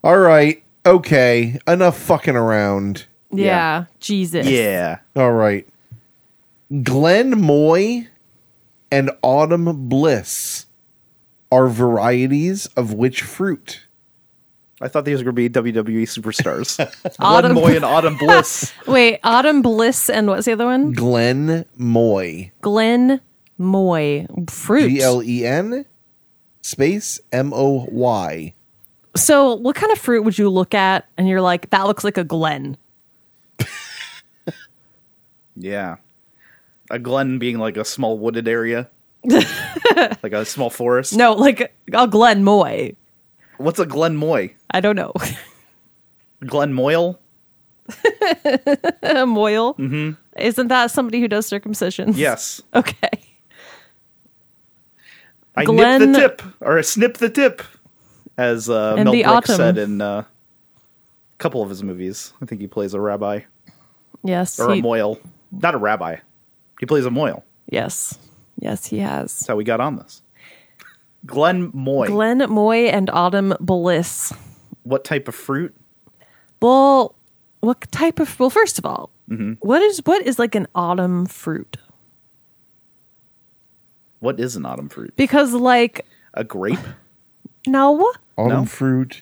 B: all right okay enough fucking around
C: yeah. Jesus.
A: Yeah.
B: all right Glenn Moy and Autumn Bliss are varieties of which fruit?
A: I thought these were going to be WWE superstars. Glenn
C: Autumn-
A: Moy and Autumn Bliss.
C: Wait, Autumn Bliss and what's the other one?
B: Glen Moy.
C: Glen Moy. Fruit.
B: G L E N space M O Y.
C: so, what kind of fruit would you look at and you're like, that looks like a Glen?
A: Yeah. A glen being like a small wooded area, like a small forest.
C: No, like a Glen Moy.
A: What's a Glen Moy?
C: I don't know.
A: Glen Moyle?
C: a Moyle? Mm-hmm. Isn't that somebody who does circumcisions?
A: Yes.
C: Okay.
A: I
C: Glen-
A: nip the tip or snip the tip, as uh,
C: And
A: Mel
C: the
A: Brooks
C: autumn.
A: said in uh, a couple of his movies. I think he plays a rabbi
C: Yes.
A: or a
C: he-
A: moil, not a rabbi. He plays a moil.
C: yes. Yes, he has.
A: That's how we got on this. Glen Moy.
C: Glen Moy and Autumn Bliss.
A: what type of fruit?
C: Well, what type of well? First of all,
A: Mm-hmm.
C: what is what is like an autumn fruit?
A: What is an autumn fruit?
C: Because like
A: A grape?
C: no,
B: Autumn
A: No.
B: fruit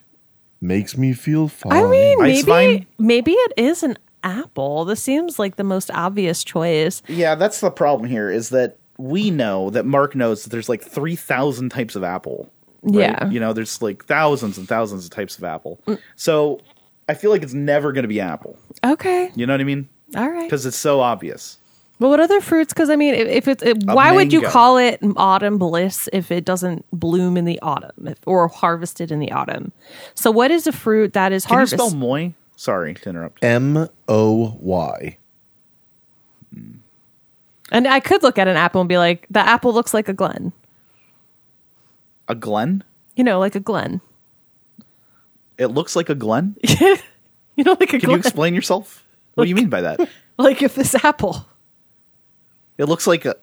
B: makes me feel fine.
C: I mean
A: Oh, Ice
C: maybe
A: vine?
C: maybe it is an apple. This seems like the most obvious choice.
A: Yeah, that's the problem here. Is that we know that Mark knows that there's like three thousand types of apple. right?
C: Yeah.
A: you know, there's like thousands and thousands of types of apple. So I feel like it's never going to be apple.
C: Okay.
A: You know what I mean?
C: All right.
A: Because it's so obvious.
C: Well, what other fruits? Because I mean, if, if it's if, why would you
A: mango.
C: call it autumn bliss if it doesn't bloom in the autumn if, or harvested in the autumn? So, what is a fruit that is
A: Can
C: harvested?
A: you spell moy? Sorry to interrupt.
B: M O Y.
C: and I could look at an apple and be like, the apple looks like a glen.
A: A glen?
C: You know, like a glen.
A: It looks like a glen?
C: You know, like a
A: Can you
C: glen.
A: explain yourself? What do you mean by that?
C: like if this apple
A: It looks like a.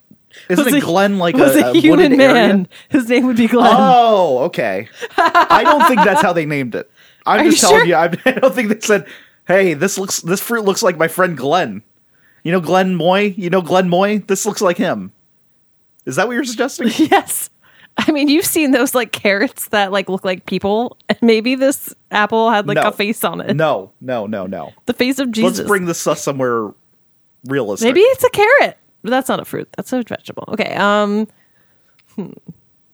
A: Isn't
C: Was
A: it
C: a-
A: Glen like
C: was
A: a,
C: a,
A: a
C: human
A: wooded
C: man,
A: area?
C: his name would be Glen.
A: Oh, okay. I don't think that's how they named it. I'm
C: Are
A: just
C: you
A: telling
C: sure?
A: you. I, I don't think they said, "Hey, this looks this fruit looks like my friend Glenn." You know Glenn Moy. You know Glenn Moy. This looks like him. Is that what you're suggesting?
C: Yes. I mean, you've seen those like carrots that like look like people. Maybe this apple had like
A: No.
C: a face on it.
A: No, no, no, no.
C: The face of Jesus.
A: Let's bring this up somewhere realistic.
C: Maybe it's a carrot. But that's not a fruit. That's a vegetable. Okay. Um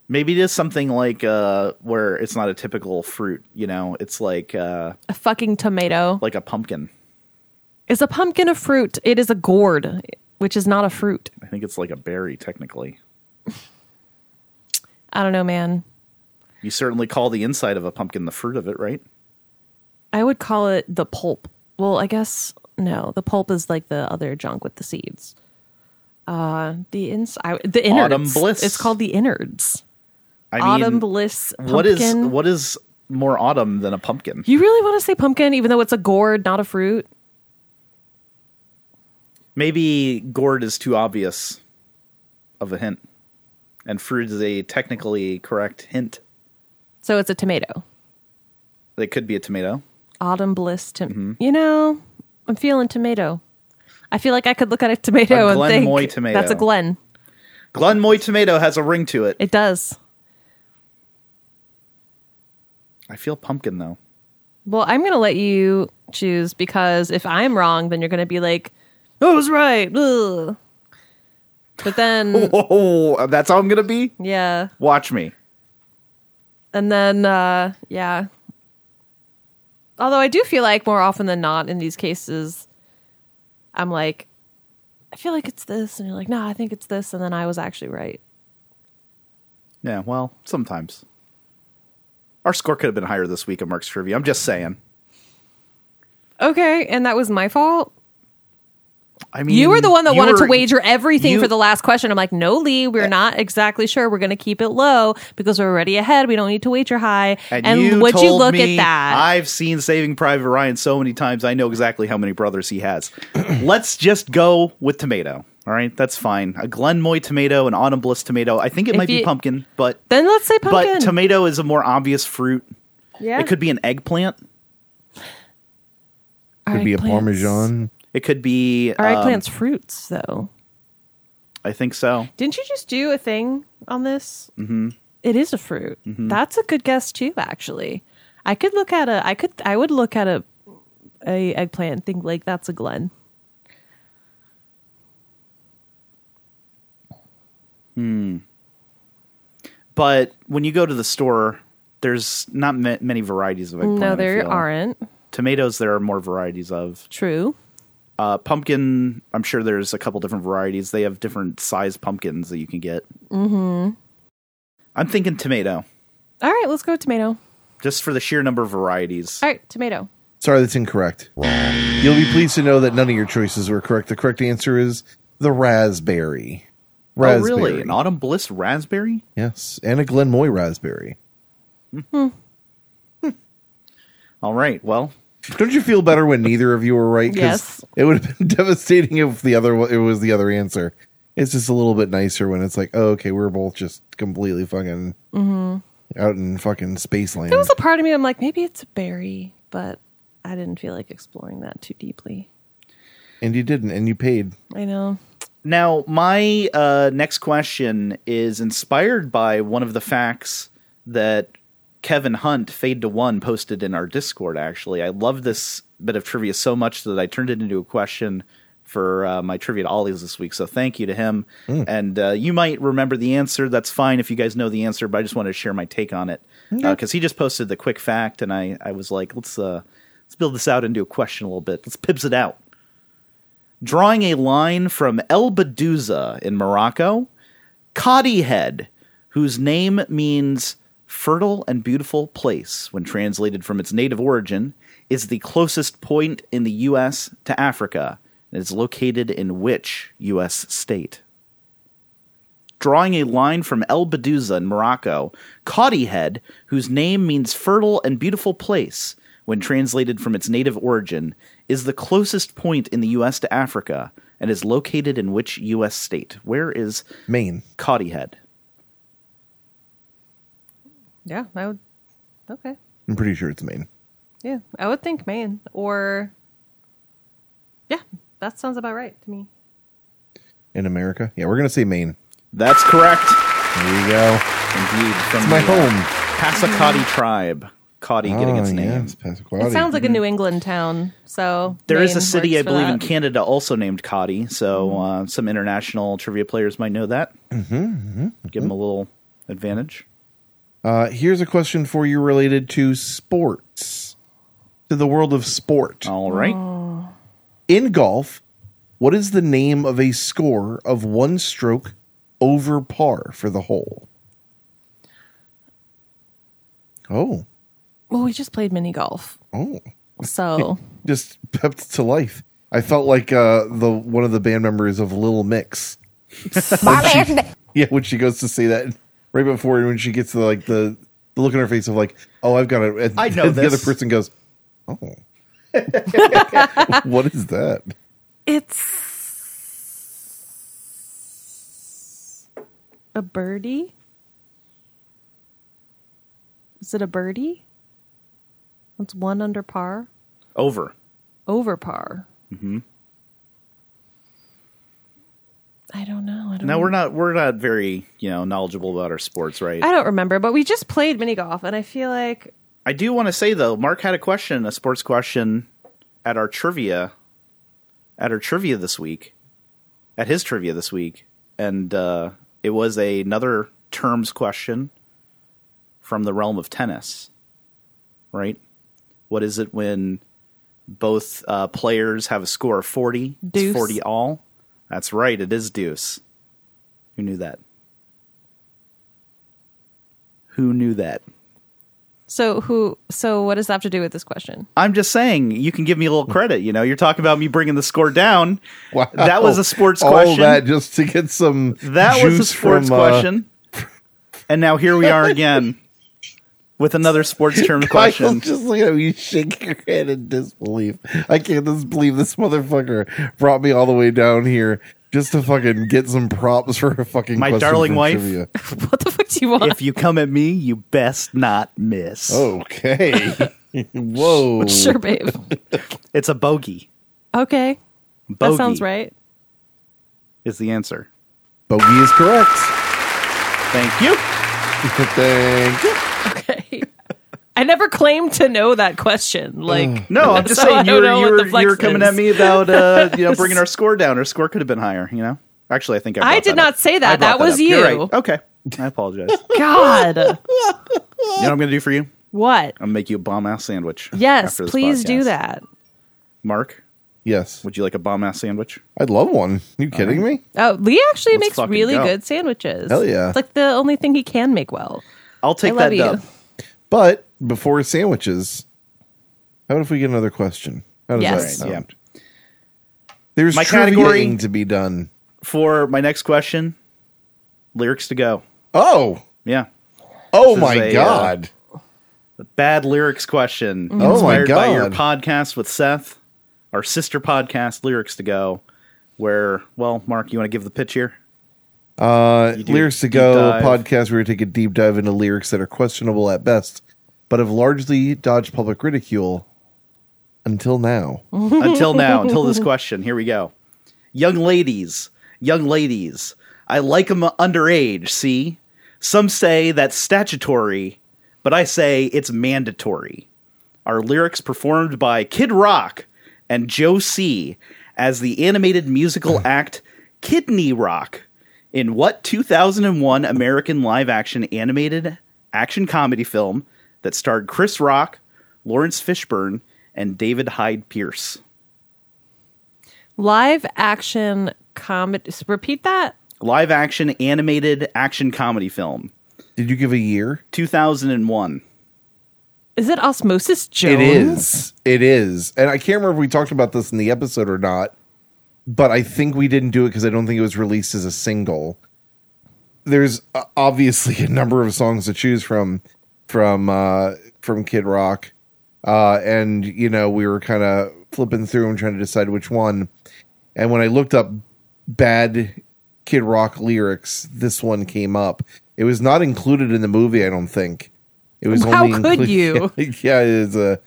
A: maybe it is something like uh, where it's not a typical fruit. You know, it's like uh,
C: a fucking tomato.
A: like a pumpkin.
C: Is a pumpkin a fruit? It is a gourd, which is not a fruit.
A: I think it's like a berry technically.
C: I don't know, man.
A: You certainly call the inside of a pumpkin the fruit of it, right?
C: I would call it the pulp. Well, I guess no. The pulp is like the other junk with the seeds. Uh, the ins I, the innards.
A: Autumn bliss.
C: It's called the innards.
A: I
C: autumn
A: mean,
C: bliss. Pumpkin.
A: what is what is more autumn than a pumpkin?
C: You really want to say pumpkin, even though it's a gourd, not a fruit?
A: Maybe gourd is too obvious of a hint, and fruit is a technically correct hint.
C: So it's a tomato.
A: It could be a tomato.
C: Autumn bliss. To-
A: Mm-hmm.
C: You know, I'm feeling tomato. I feel like I could look at a tomato
A: A
C: and
A: Glen
C: think
A: Moy tomato.
C: that's a Glen.
A: Glenmoy tomato has a ring to it.
C: It does.
A: I feel pumpkin though.
C: Well, I'm going to let you choose because if I'm wrong, then you're going to be like, I was right. Ugh. But then,
A: Whoa, that's how I'm gonna be.
C: yeah.
A: Watch me.
C: And then, uh, yeah. Although I do feel like more often than not in these cases, I'm like, I feel like it's this. And you're like, no, I think it's this. And then I was actually right.
A: Yeah, well, sometimes. Our score could have been higher this week at Mark's trivia. I'm just saying.
C: Okay. And that was my fault.
A: I mean,
C: You were the one that
A: you
C: wanted to
A: were-
C: wager everything
A: Mm, you-
C: for the last question. I'm like, no, Lee, we're not exactly sure. We're going to keep it low because we're already ahead. We don't need to wager high.
A: And, you
C: would you
A: told
C: look
A: me,
C: at that?
A: I've seen Saving Private Ryan so many times. I know exactly how many brothers he has. Let's just go with tomato. All right, that's fine. A Glenmoy tomato, an Autumn Bliss tomato. I think it
C: If
A: might be
C: you-
A: pumpkin, but
C: then let's say pumpkin.
A: but tomato is a more obvious fruit.
C: yeah.
A: It could be an eggplant.
B: Could be a
C: Eggplants.
B: Parmesan.
A: It could be.
C: Are
A: um,
C: eggplants fruits, though?
A: I think so.
C: Didn't you just do a thing on this? Mm-hmm. is a fruit.
A: Mm-hmm.
C: That's a good guess too. Actually, I could look at a. I could. I would look at a a eggplant and think like that's a Glen.
A: But when you go to the store, there's not ma- many varieties of eggplant. I
C: no, there
A: feel.
C: aren't.
A: Tomatoes, there are more varieties of.
C: True.
A: Uh, pumpkin, I'm sure there's a couple different varieties. They have different size pumpkins that you can get. Mm-hmm. I'm thinking tomato,
C: All right, let's go with tomato.
A: just for the sheer number of varieties.
C: All right, tomato.
B: Sorry, that's incorrect. You'll be pleased to know that none of your choices were correct. The correct answer is the raspberry.
A: oh,
B: Raspberry.
A: really? An autumn bliss raspberry?
B: Yes, and a Glenmoy raspberry.
A: All right. Well,
B: Don't you feel better when neither of you were right? 'Cause
C: Yes.
B: It would have been devastating if the other one- it was the other answer. It's just a little bit nicer when it's like, oh, okay, we're both just completely fucking
C: Mm-hmm.
B: out in fucking space land.
C: There was a part of me I'm like maybe it's a berry, but I didn't feel like exploring that too deeply.
B: and you didn't, and you paid.
C: I know.
A: Now, my uh, next question is inspired by one of the facts that Kevin Hunt, Fade to One, posted in our Discord, actually. I love this bit of trivia so much that I turned it into a question for uh, my trivia to Ollie's this week. So thank you to him. And uh, you might remember the answer. That's fine if you guys know the answer, but I just wanted to share my take on it because he just posted the quick fact, and I, I was like, let's. Uh, Let's build this out into a question a little bit. Let's pips it out. Drawing a line from El Bedouza in Morocco, Cadi Head, whose name means fertile and beautiful place when translated from its native origin, is the closest point in the U.S. to Africa and is located in which U.S. state? drawing a line from El Bedouza in Morocco, Cadi Head, whose name means fertile and beautiful place when translated from its native origin, is the closest point in the U.S. to Africa and is located in which U.S. state? Where is
B: Maine.
A: Cadi Head?
C: Yeah, I would. Okay.
B: I'm pretty sure it's Maine.
C: Yeah, I would think Maine or. Yeah, that sounds about right to me.
B: In America? Yeah, we're going to say Maine.
A: That's correct.
B: There you go.
A: Indeed. From
B: My
A: the, uh,
B: home.
A: Passacadi tribe. Cadi getting its
B: Ah,
A: name.
B: yeah, it's Passamaquoddy.
C: It sounds like a New England town, so
A: There is
C: Maine
A: a city, I
C: works for
A: believe, in
C: that.
A: Canada also named Cotty, so
B: Mm-hmm.
A: uh, some international trivia players might know that. Mm-hmm, Give
B: mm-hmm.
A: them a little advantage.
B: Uh, here's a question for you related to sports, to the world of sport.
A: All right.
B: In golf, what is the name of a score of one stroke over par for the hole? Oh,
C: Well, we just played mini golf,
B: oh,
C: so
B: just pepped to life. I felt like uh, the one of the band members of Little Mix. Yeah, when she goes to say that right before, when she gets the, like the, the look on her face of like, oh, I've got it. And
A: I know
B: and The
A: this.
B: other person goes, oh, what is that?
C: it's a birdie. Is it a birdie? It's one under par,
A: Over.
C: over par. Mm-hmm. I don't know. I don't
A: Now we're not we're not very you know knowledgeable about our sports, right?
C: I
A: I,
C: don't remember, but we just played mini golf, and I feel like
A: do want to say though, Mark had a question, a sports question, at our trivia, at our trivia this week, at his trivia this week, and uh, it was a, another terms question from the realm of tennis, right? What is it when both uh, players have a score of forty? It's
C: Deuce.
A: Forty all. That's right. It is deuce. Who knew that? Who knew that?
C: so. Who? So what does that have to do with this question?
A: I'm just saying you can give me a little credit. You know, you're talking about me bringing the score down.
B: Wow.
A: That was a sports
B: All
A: question.
B: that just to get some.
A: That was a
B: juice
A: sports
B: from, uh,
A: question. and now here we are again with another sports term
B: Kyle's
A: question.
B: just "Oh, look at me shaking her head in disbelief. I can't just believe this motherfucker brought me all the way down here just to fucking get some props for a fucking
A: My
B: question
A: darling
B: from
A: wife.
B: trivia.
C: What the fuck do you want?
A: If you come at me, you best not miss.
B: Oh. Okay. Whoa.
C: sure, babe.
A: It's a bogey.
C: Okay,
A: Bogey
C: that sounds right.
A: is the answer.
B: Bogey is correct.
A: Thank you.
B: Thank you.
C: Okay. I never claimed to know that question.
B: Mm.
C: Like,
A: No, I'm just
C: So I
A: saying you
C: don't
A: were,
C: know
A: you
C: what the
A: were, you
C: flex
A: were coming
C: is.
A: at me about uh, you know bringing our score down. Our score could have been higher. You know, actually, I think I.
C: I
A: brought
C: did not
A: up.
C: say
A: I
C: that.
A: brought
C: That was
A: up. You're
C: you.
A: right. Okay, I apologize. you know
C: God,
A: what I'm going to do for you?
C: what?
A: I'm gonna make you a bomb ass sandwich.
C: Yes,
A: after this
C: please do
A: podcast.
C: that.
A: Mark.
B: Yes.
A: Would you like a bomb ass sandwich?
B: I'd love one. you kidding me?
C: Oh, Lee actually
A: Let's
C: makes
A: fucking
C: really
A: go.
C: good sandwiches.
B: Hell yeah.
C: It's like the only thing he can make well.
A: I'll take
C: I
A: that
C: love you.
A: dub.
B: But before sandwiches, how about if we get another question? How does
C: Yes.
B: that
A: Right, yeah.
B: sound? There's
A: My
B: My
A: category-
B: category to be done.
A: For my next question, lyrics to go.
B: Oh.
A: Yeah. This
B: Oh
A: is
B: my
A: a, uh,
B: god.
A: The bad lyrics question.
C: Mm-hmm.
B: Oh my
A: Inspired by your
B: God.
A: podcast with Seth, our sister podcast, Lyrics to Go, where, well, Mark, you want to give the pitch here?
B: Uh,
A: do
B: lyrics to
A: deep
B: go
A: dive.
B: podcast. We're going to take a deep dive into lyrics that are questionable at best, but have largely dodged public ridicule until now.
A: until now, until this question. Here we go. Young ladies, young ladies, I like 'em underage, see? Some say that's statutory, but I say it's mandatory. Our lyrics performed by Kid Rock and Joe C as the animated musical act Kidney Rock in what 2001 American live action animated action comedy film that starred Chris Rock, Lawrence Fishburne, and David Hyde Pierce.
C: Live action comedy. Repeat that.
A: Live action animated action comedy film,
B: Did you give a year?
A: 2001.
C: Is it Osmosis Jones?
B: It is. It is. And I can't remember if we talked about this in the episode or not, but I think we didn't do it because I don't think it was released as a single. There's uh, obviously a number of songs to choose from from uh, from Kid Rock, uh, and you know we were kind of flipping through and trying to decide which one. And when I looked up bad Kid Rock lyrics, this one came up. It was not included in the movie, I don't think. It was
C: How
B: only
C: could
B: included-
C: you?
B: yeah, it's a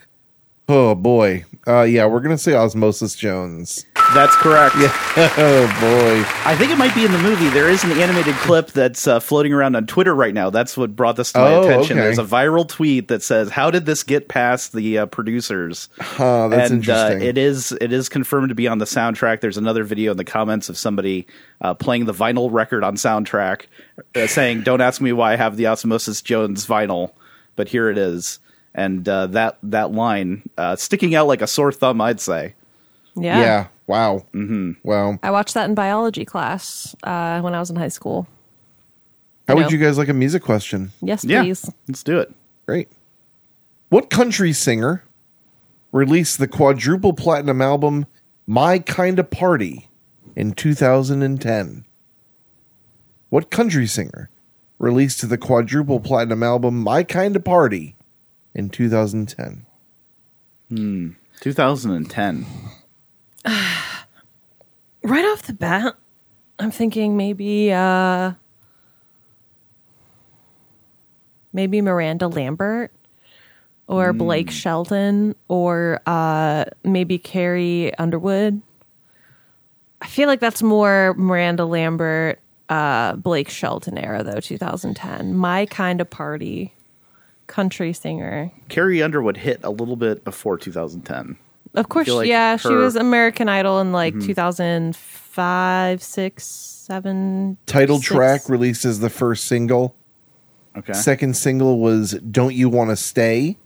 B: oh boy. Uh, yeah, we're gonna say Osmosis Jones.
A: That's correct.
B: Oh boy.
A: I think it might be in the movie. There is an animated clip that's uh, floating around on Twitter right now. That's what brought this to my
B: Oh,
A: attention.
B: okay.
A: There's a viral tweet that says, "How did this get past the uh, producers?"
B: Oh, that's
A: and
B: interesting.
A: Uh, it is it is confirmed to be on the soundtrack. There's another video in the comments of somebody uh, playing the vinyl record on soundtrack, uh, saying, "Don't ask me why I have the Osmosis Jones vinyl, but here it is." And uh, that that line uh, sticking out like a sore thumb, I'd say.
C: Yeah.
B: yeah. Wow. Mm-hmm. Wow.
C: I watched that in biology class uh, when I was in high school.
B: How
C: know.
B: would you guys like a music question?
C: Yes,
A: Yeah,
C: please.
A: let's do it.
B: Great. What country singer released the quadruple platinum album My Kinda Party in 2010? What country singer released the quadruple platinum album My Kinda Party in 2010?
A: 2010.
C: Right off the bat, I'm thinking maybe uh, maybe Miranda Lambert or
A: Hmm.
C: Blake Shelton or uh, maybe Carrie Underwood. I feel like that's more Miranda Lambert, uh, Blake Shelton era though, 2010. My kind of party, country singer.
A: Carrie Underwood hit a little bit before 2010.
C: Of course,
A: feel like
C: yeah, she
A: her- Mm-hmm.
C: was American Idol in like 2005, 6, 7.
B: Title
C: six.
B: track released as the first single.
A: Okay.
B: Second single was Don't You Want to Stay,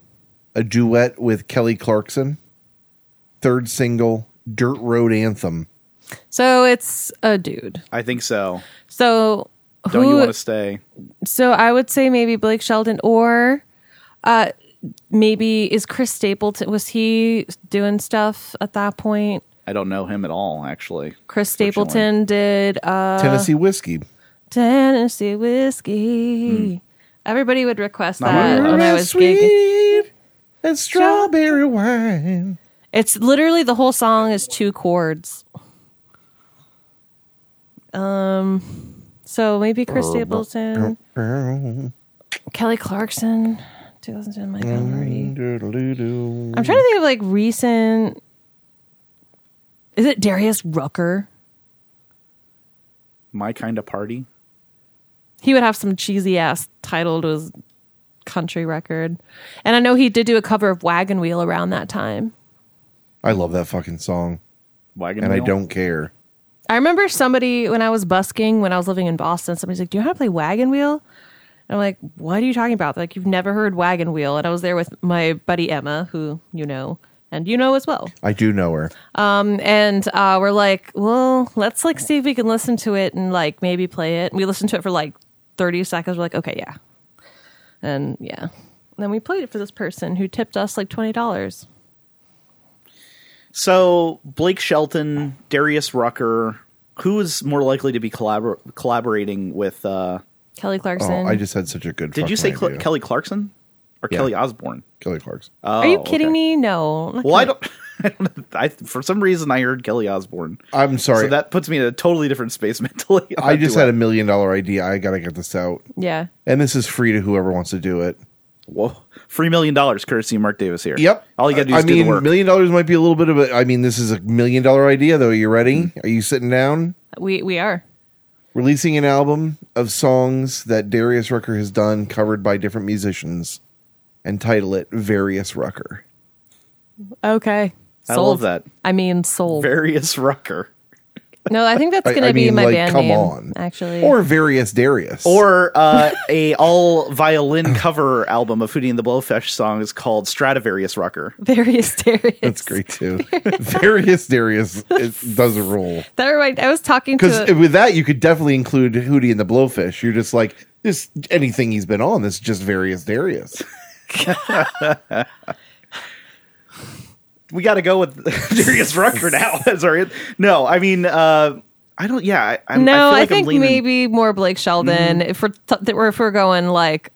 B: a duet with Kelly Clarkson. Third single, Dirt Road Anthem.
C: So it's a dude.
A: I think so.
C: So
A: Don't
C: who,
A: you want to stay?
C: so I would say maybe Blake Sheldon or uh maybe is Chris Stapleton was he doing stuff at that point?
A: I don't know him at all, actually.
C: Chris Stapleton did uh
B: Tennessee Whiskey.
C: Tennessee whiskey. Everybody would request
A: Hmm. Not
C: that
A: my
C: when I
B: Real
C: was gigging.
B: and strawberry wine.
C: It's literally the whole song is two chords. Um, Um, so maybe Chris Stapleton, Kelly Clarkson, 2010 Mike Montgomery.
B: Doodle-doo-doo.
C: I'm trying to think of like recent. Is it Darius Rucker?
A: My kind of party.
C: He would have some cheesy ass title to his country record, and I know he did do a cover of Wagon Wheel around that time.
B: I love that fucking song,
A: Wagon
B: and I
A: wheel?
B: don't care.
C: I remember somebody when I was busking when I was living in Boston. Somebody's like, "Do you know how to play wagon wheel?" And I'm like, "What are you talking about?" They're like, "You've never heard wagon wheel." And I was there with my buddy Emma, who you know, and you know as well.
B: I do know her.
C: And uh, we're like, "Well, let's like see if we can listen to it and like maybe play it." And we listened to it for like 30 seconds. We're like, "Okay, yeah," and yeah. And then we played it for this person who tipped us like twenty dollars.
A: So Blake Shelton, Darius Rucker, who is more likely to be collabor- collaborating with? Uh,
C: Kelly Clarkson.
B: Oh, I just had such a good.
A: did you
B: fucking
A: say Cl-
B: idea.
A: Kelly Clarkson or Kelly Osborne?
B: Kelly Clarkson?
C: Are you
A: Oh,
C: kidding
A: okay.
C: me? No. I'm not
A: Well, I
C: kidding.
A: don't. I don't I, for some reason, I heard Kelly Osborne.
B: I'm sorry.
A: So that puts me in a totally different space mentally.
B: I just had a million dollar idea. I gotta get this out,
C: Yeah.
B: and this is free to whoever wants to do it.
A: Whoa. Free million dollars courtesy of Mark Davis here.
B: Yep.
A: All you got to do
B: I
A: is do
B: mean,
A: the work.
B: million dollars might be a little bit of a. I mean, this is a million dollar idea, though. Are you ready?
A: Mm-hmm.
B: Are you sitting down?
C: We we are.
B: Releasing an album of songs that Darius Rucker has done, covered by different musicians, and title it "Various Rucker."
C: Okay.
A: I love that.
C: I mean, sold.
A: Various Rucker.
C: No, I think that's
B: I-
C: going
B: I
C: to be
B: mean,
C: my
B: like,
C: band
B: come
C: name.
B: on.
C: Actually,
B: or various Darius,
A: Or uh, a all violin cover album of Hootie and the Blowfish songs called Stradivarius Rocker.
C: various Darius.
B: that's great too. various Darius it does a roll
C: That remind, I was talking to.
B: because with that you could definitely include Hootie and the Blowfish. You're just like this anything he's been on. This is just various Darius.
A: We got to go with Darius Rucker now. Sorry, no, I mean, uh, I don't. Yeah, I, I'm,
C: no,
A: I, feel
C: I,
A: like
C: think
A: am leaning,
C: maybe more Blake Sheldon.
B: Mm-hmm.
C: If we're t- that we're- if we're going like,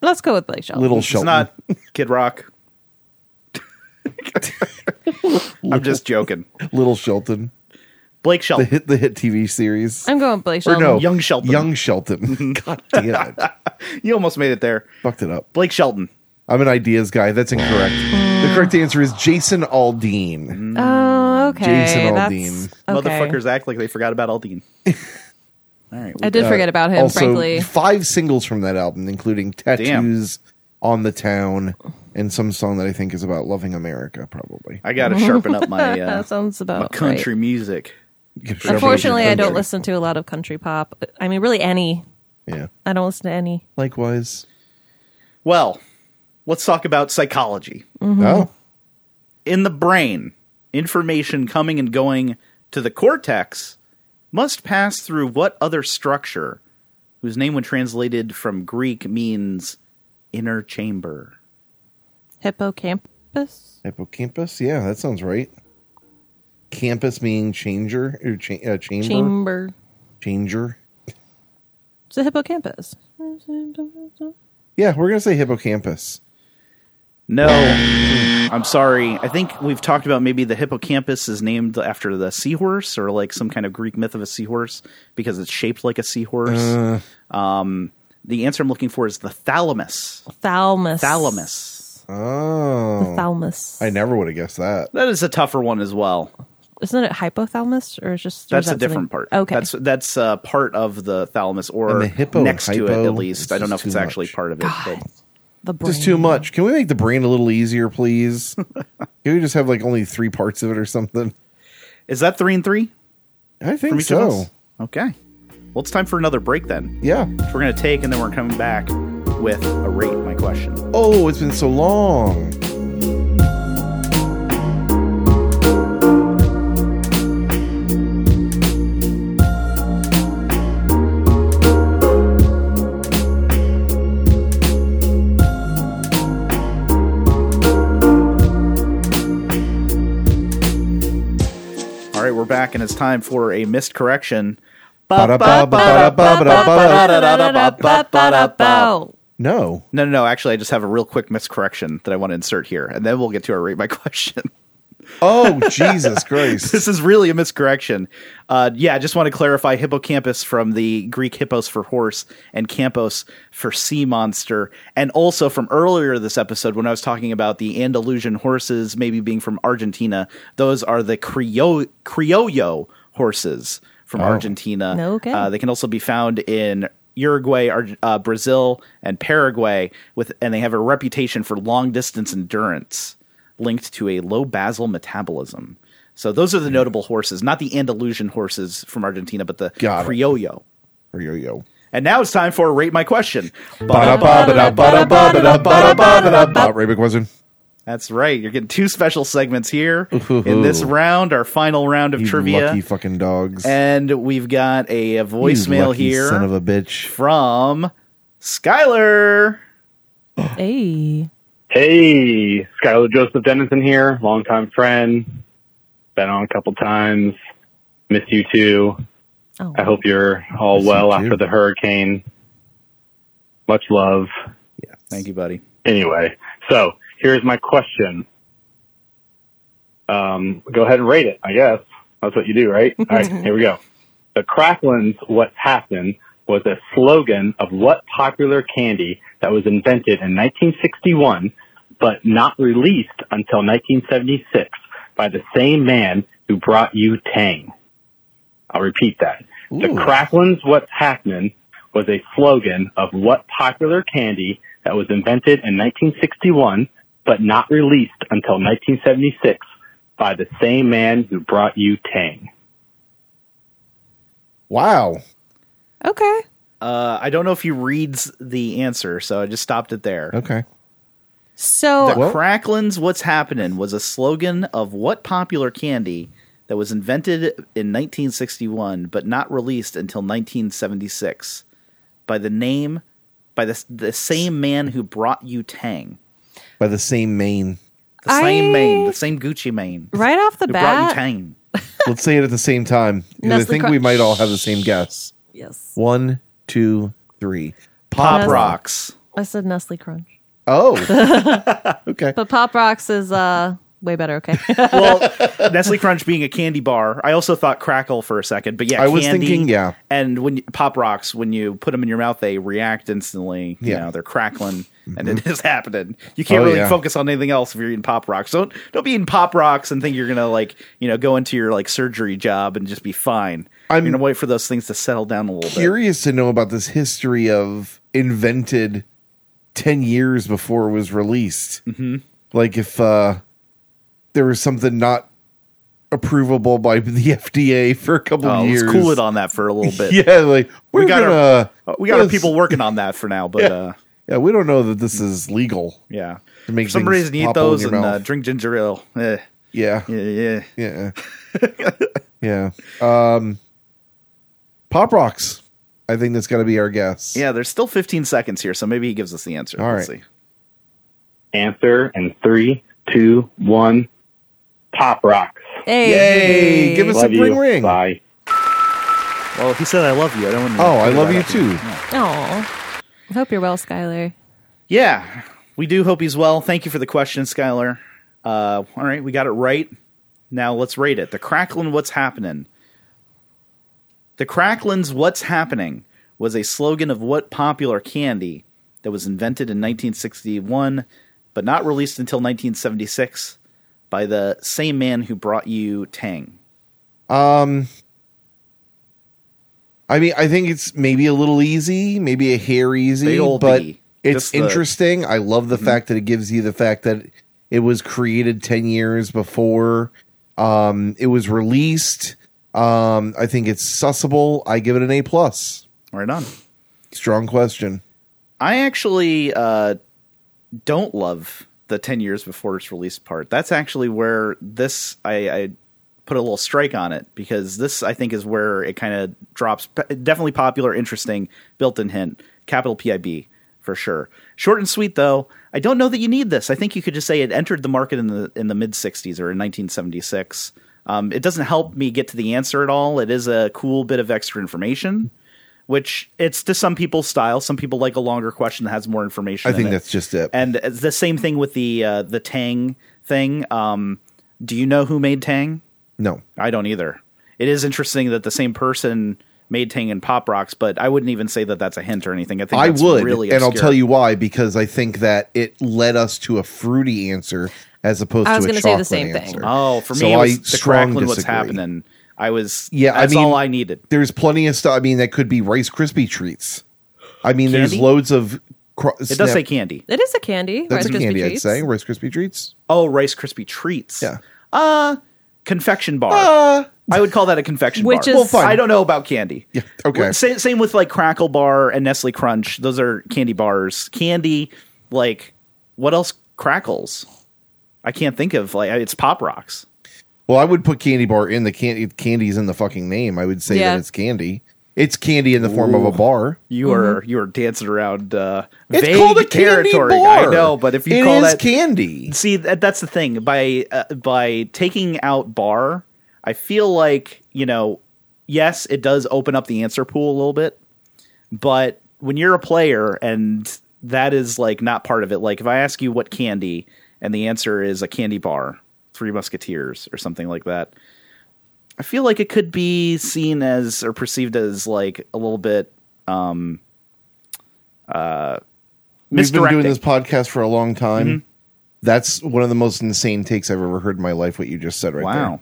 C: let's go with Blake Sheldon.
B: Little
A: Oh, It's
B: Shelton.
A: not Kid Rock. I'm just joking.
B: Little Shelton.
A: Blake
B: The
A: Shelton.
B: hit the hit TV series.
C: I'm going Blake
B: or
C: Sheldon.
B: no,
A: Young Shelton.
B: Young Shelton. God damn it.
A: You almost made it there.
B: Fucked it up.
A: Blake Shelton.
B: I'm an ideas guy. That's incorrect. the correct answer is Jason Aldean.
C: Oh, okay.
B: Jason
C: that's-
B: Aldean.
C: okay.
A: Motherfuckers act like they forgot about Aldine. All right. we-
C: I did forget about him,
B: Uh, also,
C: frankly.
B: five singles from that album, including Tattoos on the Town and some song that I think is about loving America, probably.
A: I got to sharpen up my uh,
C: that sounds
A: my
C: about
A: country
C: right.
A: music.
C: Unfortunately, I don't
B: Country.
C: listen to a lot of country pop. I mean, really any.
B: Yeah.
C: I don't listen to any.
B: Likewise.
A: Well, let's talk about psychology.
C: Mm-hmm.
B: Oh,
A: In the brain, information coming and going to the cortex must pass through what other structure, whose name, when translated from Greek, means inner chamber?
C: Hippocampus.
B: hippocampus. Yeah, that sounds right. Campus meaning changer or cha- uh, chamber.
C: Chamber.
B: changer.
C: It's a hippocampus.
B: Yeah, we're gonna say hippocampus.
A: No, I'm sorry. I think we've talked about maybe the hippocampus is named after the seahorse or like some kind of Greek myth of a seahorse because it's shaped like a seahorse. um, the answer I'm looking for is the thalamus.
C: Thalamus.
A: Thalamus.
B: Oh,
C: Thalamus.
B: I never would have guessed that.
A: That is a tougher one as well.
C: Isn't it hypothalamus or is just or is
A: That's a
C: that
A: different part.
C: something- Okay.
A: that's that's uh, part of the thalamus or
B: And the hippo
A: next to it
B: hypo
A: at least.
B: is
A: I don't know
B: just
A: if it's
B: too
A: actually
B: much.
A: part of it. But
C: the brain.
B: Just too much. Can we make the brain a little easier, please? Can we just have like only three parts of it or something?
A: is that three and three from
B: I think
A: each of
B: so.
A: us? Okay. Well, it's time for another break then.
B: Yeah.
A: We're going to take, and then we're coming back with a rate, my question.
B: Oh, it's been so long.
A: All right, we're back, and it's time for a missed correction.
C: Ba-ba-ba-ba-ba-ba-ba-ba-ba-ba.
B: No.
A: No, no, no. Actually, I just have a real quick miscorrection that I want to insert here, and then we'll get to our rate my question.
B: Oh, Jesus Christ.
A: this is really a miscorrection. Uh, yeah, I just want to clarify hippocampus from the Greek hippos for horse and campos for sea monster. And also from earlier this episode when I was talking about the Andalusian horses maybe being from Argentina, those are the Creo- Criollo horses from Argentina.
C: Okay.
A: Uh, they can also be found in Uruguay, Ar- uh, Brazil, and Paraguay, with and they have a reputation for long distance endurance linked to a low basal metabolism. So those
B: Hmm.
A: are the notable horses, not the Andalusian horses from Argentina, but the
B: Got it.
A: Criollo.
B: Or yo yo.
A: And now it's time for rate my question.
B: Ba-da-ba-ba-da-ba-da-ba-da-ba-da-ba-da-ba. Ray McWesson.
A: That's right. You're getting two special segments here in this round, our final round of
B: You
A: trivia.
B: lucky fucking dogs.
A: and we've got a, a
B: You
A: voicemail
B: lucky
A: here
B: Son of a bitch.
A: from Skylar.
C: Hey.
H: Hey, Skylar Joseph Dennison here, longtime friend. Been on a couple times. Miss you too.
C: Oh.
H: I hope you're all
B: Miss you
H: well
B: too.
H: after the hurricane. Much love.
A: Thank you, buddy.
H: Anyway, so here's my question. Um, go ahead and rate it, I guess. That's what you do, right? All right, here we go. The Cracklins What's Happened was a slogan of what popular candy that was invented in 1961 but not released until 1976 by the same man who brought you Tang. I'll repeat that. The
B: Ooh.
H: Cracklin's What's Happening was a slogan of what popular candy that was invented in 1961 but not released until 1976 by the same man who brought you Tang.
B: Wow.
C: Okay.
A: Uh, I don't know if he reads the answer, so I just stopped it there.
B: Okay.
A: The
C: So
B: Well-
A: Cracklin's What's Happening was a slogan of what popular candy that was invented in 1961 but not released until 1976 by the name by the, the same man who brought you Tang.
B: By the same main.
A: The same
C: I-
A: mane, the same Gucci mane.
C: right off the
A: Who brought you
C: bat,
A: Tang?
B: Let's say it at the same time. 'cause I
C: Nestle
B: think
C: Crunch.
B: we might all have the same guess.
C: yes,
B: One, two, three.
A: Pop
C: Nestle-
A: rocks.
C: I said Nestle Crunch,
B: Oh. okay.
C: but Pop Rocks is uh way better. Okay,
A: well, Nestle Crunch being a candy bar, I also thought crackle for a second, but yeah,
B: I was
A: candy,
B: thinking, yeah.
A: And when you, pop rocks, when you put them in your mouth, they react instantly. You
B: Yeah. Mm-hmm.
A: know, they're crackling, and it is happening. You can't
B: Oh,
A: really
B: yeah.
A: focus on anything else if you're eating pop rocks. Don't don't be eating pop rocks and think you're gonna like you know go into your like surgery job and just be fine.
B: I'm-
A: you're gonna wait for those things to settle down a little bit.
B: Curious to know about this history of invented 10 years before it was released. Mm-hmm. Like if uh, there was something not approvable by the FDA for a couple
A: Uh,
B: of years.
A: let's cool it on that for a little bit.
B: Yeah, like we're
A: We got
B: gonna,
A: our we got our
B: let's-
A: people working on that for now, but
B: Yeah.
A: uh,
B: Yeah, we don't know that this is legal.
A: yeah.
B: To make
A: For some
B: things
A: reason, you eat
B: pop all in
A: those
B: your
A: and uh,
B: mouth.
A: drink ginger ale. Eh,
B: Yeah,
A: yeah, yeah.
B: yeah, yeah. Um, Pop Rocks. I think that's got to be our guess.
A: Yeah, there's still 15 seconds here, so maybe he gives us the answer.
B: All
A: Let's
B: right.
A: see.
H: Answer in three, two, one. Pop rocks.
C: hey,
B: Yay! Give us
H: Love
B: a ring
H: you.
B: ring.
H: Bye.
A: Well, he said I love you. I don't want to
B: Oh, I love you too.
C: Aw. I hope you're well, Skylar.
A: Yeah. We do hope he's well. Thank you for the question, Skylar. Uh, all right, we got it right. Now let's rate it. The Cracklin What's Happening. The Cracklin's What's Happening was a slogan of what popular candy that was invented in 1961 but not released until 1976 by the same man who brought you Tang.
B: I mean, I think it's maybe a little easy, maybe a hair easy,
A: Big ol'
B: but
A: B.
B: it's
A: Just the- Mm-hmm.
B: interesting. I love the fact that it gives you the fact that it was created 10 years before um, it was released. Um, I think it's sussable. I give it an A plus.
A: Right on.
B: Strong question.
A: I actually uh, don't love the ten years before its release part. That's actually where this I, I put a little strike on it because this I think is where it kind of drops. P- Definitely popular, interesting, built-in hint, capital PIB for sure. Short and sweet though. I don't know that you need this. I think you could just say it entered the market in the in the mid '60s or in 1976. Um, it doesn't help me get to the answer at all. It is a cool bit of extra information which it's to some people's style. Some people like a longer question that has more information.
B: I
A: in
B: think
A: it.
B: that's just it.
A: and it's the same thing with the uh, the Tang thing. Um, do you know who made Tang?
B: no.
A: I don't either. It is interesting that the same person made Tang and Pop Rocks, but I wouldn't even say that that's a hint or anything. I think
B: I
A: that's
B: would,
A: really,
B: and I'll
A: obscure.
B: tell you why because I think that it led us to a fruity answer as opposed
C: I was
B: to a
C: gonna
B: chocolate
C: say the same thing.
B: answer.
A: Oh, for me,
B: So
A: it was
B: I
A: the
B: strong
A: crackling. What's
B: disagree.
A: happening? I was.
B: Yeah, I
A: that's
B: mean-
A: all I needed.
B: there's plenty of stuff. I mean, that could be Rice Krispie treats. I mean, there's
A: Candy?
B: loads of. Cro-
A: It does say candy.
C: It is a candy.
B: That's
C: Rice
B: a
C: Krispie
B: candy, I'd
C: treats.
B: say. Rice Krispie treats.
A: Oh, Rice Krispie treats.
B: Yeah.
A: Uh, confection bar.
B: Uh,
A: I would call that a confection
C: Which
A: bar.
C: is- Well, fine.
A: I don't know about candy.
B: Yeah, okay.
A: Same, same with like Crackle Bar and Nestle Crunch. Those are candy bars. Candy, like what else? Crackles. I can't think of like it's Pop Rocks.
B: well, I would put candy bar in the candy. Candy's in the fucking name. I would say
C: Yeah.
B: that it's candy. It's candy in the form of a bar.
A: You are you are dancing around uh,
B: Mm-hmm. It's
A: vague
B: called a candy
A: territory.
B: bar.
A: I know, but if you
B: It
A: call
B: is
A: that
B: candy,
A: see that, that's the thing by uh, by taking out bar, I feel like you know, yes, it does open up the answer pool a little bit, but when you're a player and that is like not part of it. Like if I ask you what candy and the answer is a candy bar, Three Musketeers or something like that, I feel like it could be seen as or perceived as like a little bit um uh
B: we've been
A: misdirecting.
B: doing
A: Mm-hmm.
B: this podcast for a long time. That's one of the most insane takes I've ever heard in my life. What you just said right there.
A: wow.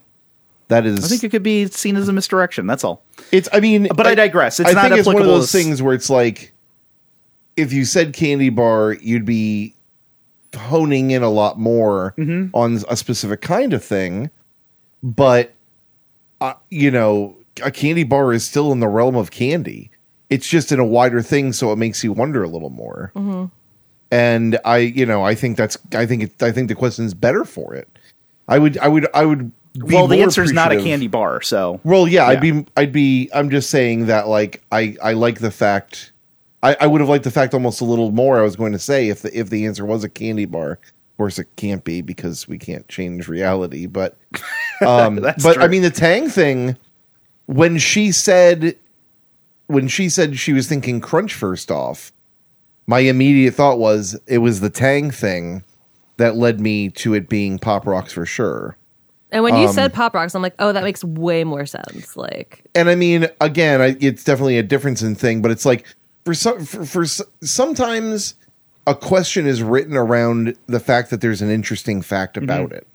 B: That
A: I think
B: is,
A: it could be seen as a misdirection. That's all.
B: it's. I mean,
A: But I digress. It's
B: I
A: not
B: think it's one of
A: applicable
B: those
A: as-
B: things where it's like, if you said candy bar, you'd be honing in a lot more
A: Mm-hmm.
B: on a specific kind of thing. But uh, you know, a candy bar is still in the realm of candy. It's just in a wider thing, so it makes you wonder a little more.
A: Mm-hmm.
B: And I, you know, I think that's, I think, it, I think the question's better for it. I would, I would, I would. Be
A: well, the
B: more
A: answer is not a
B: appreciative.
A: candy bar, so
B: Well, yeah, I'd
A: Yeah.
B: be, I'd be, I'm just saying that, like, I, I like the fact, I, I would have liked the fact almost a little more. I was going to say if the, if the answer was a candy bar, of course it can't be because we can't change reality. But, um,
A: That's
B: but I
A: true.
B: mean the Tang thing when she said, when she said she was thinking crunch first off, my immediate thought was it was the Tang thing that led me to it being pop rocks for sure.
C: And when you said pop rocks, I'm like, oh, that makes way more sense. Like,
B: and I mean, again, I, it's definitely a difference in thing, but it's like for some, for, for s- sometimes a question is written around the fact that there's an interesting fact about it,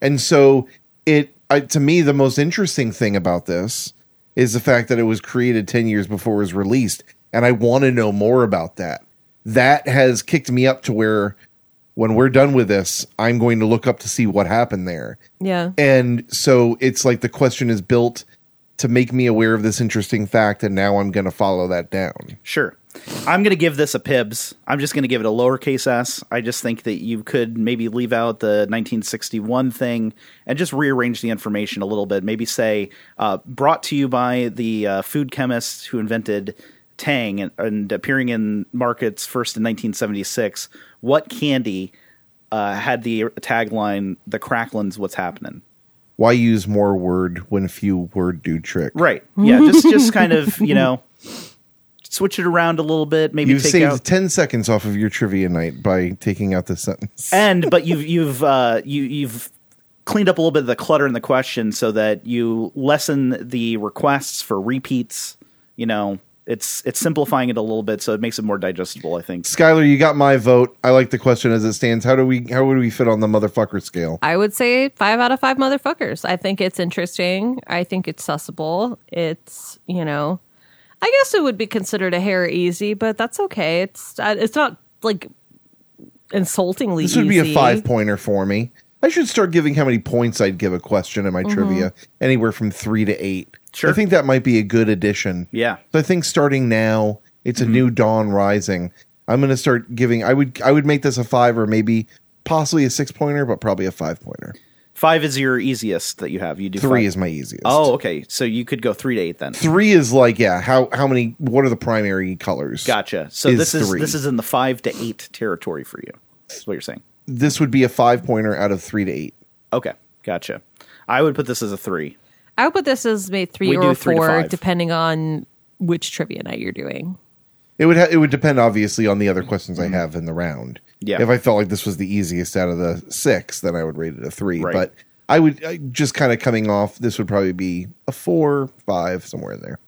B: and so it I, to me the most interesting thing about this is the fact that it was created ten years before it was released, and I want to know more about that. That has kicked me up to where when we're done with this, I'm going to look up to see what happened there.
C: yeah,
B: And so it's like the question is built to make me aware of this interesting fact, and now I'm going to follow that down.
A: sure. I'm going to give this a Pibs. I'm just going to give it a lowercase s. I just think that you could maybe leave out the 1961 thing and just rearrange the information a little bit. Maybe say, uh, brought to you by the uh, food chemists who invented Tang and, and appearing in markets first in 1976. What candy uh, had the tagline, the Cracklin's What's Happening?
B: Why use more word when few word do trick?
A: Right. Yeah. Just just kind of you know switch it around a little bit. Maybe
B: You've
A: take
B: saved
A: out
B: 10 seconds off of your trivia night by taking out this sentence.
A: and but you've you've uh, you you've cleaned up a little bit of the clutter in the question so that you lessen the requests for repeats. You know, it's it's simplifying it a little bit so it makes it more digestible. I think.
B: Skylar, you got my vote. I like the question as it stands. How do we how would we fit on the motherfucker scale?
C: I would say five out of five motherfuckers. I think it's interesting. I think it's sussable. It's you know, I guess it would be considered a hair easy, but that's okay. It's uh, it's not like insultingly.
B: This would be a
C: easy.
B: five pointer for me. I should start giving how many points I'd give a question in my trivia, anywhere from three to eight.
A: Sure.
B: I think that might be a good addition.
A: Yeah.
B: So I think starting now, it's
A: Mm-hmm.
B: a new dawn rising. I'm going to start giving. I would I would make this a five or maybe possibly a six pointer, but probably a five pointer.
A: Five is your easiest that you have. You do
B: Three
A: five.
B: is my easiest.
A: Oh, okay. So you could go three to eight then.
B: Three is like yeah. How how many? What are the primary colors?
A: Gotcha. So
B: Is
A: this is
B: three.
A: this is in the five to eight territory for you. That's what you're saying.
B: This would be a five pointer out of three to eight.
A: Okay, gotcha. I would put this as a three.
C: I would put this as maybe three
A: We
C: or
A: do three to
C: four,
A: five.
C: depending on which trivia night you're doing.
B: It would ha- it would depend obviously on the other questions I have in the round.
A: Mm-hmm. Yeah.
B: If I felt like this was the easiest out of the six, then I would rate it a three.
A: Right.
B: But I would I, just kind of coming off. This would probably be a four, five, somewhere in there.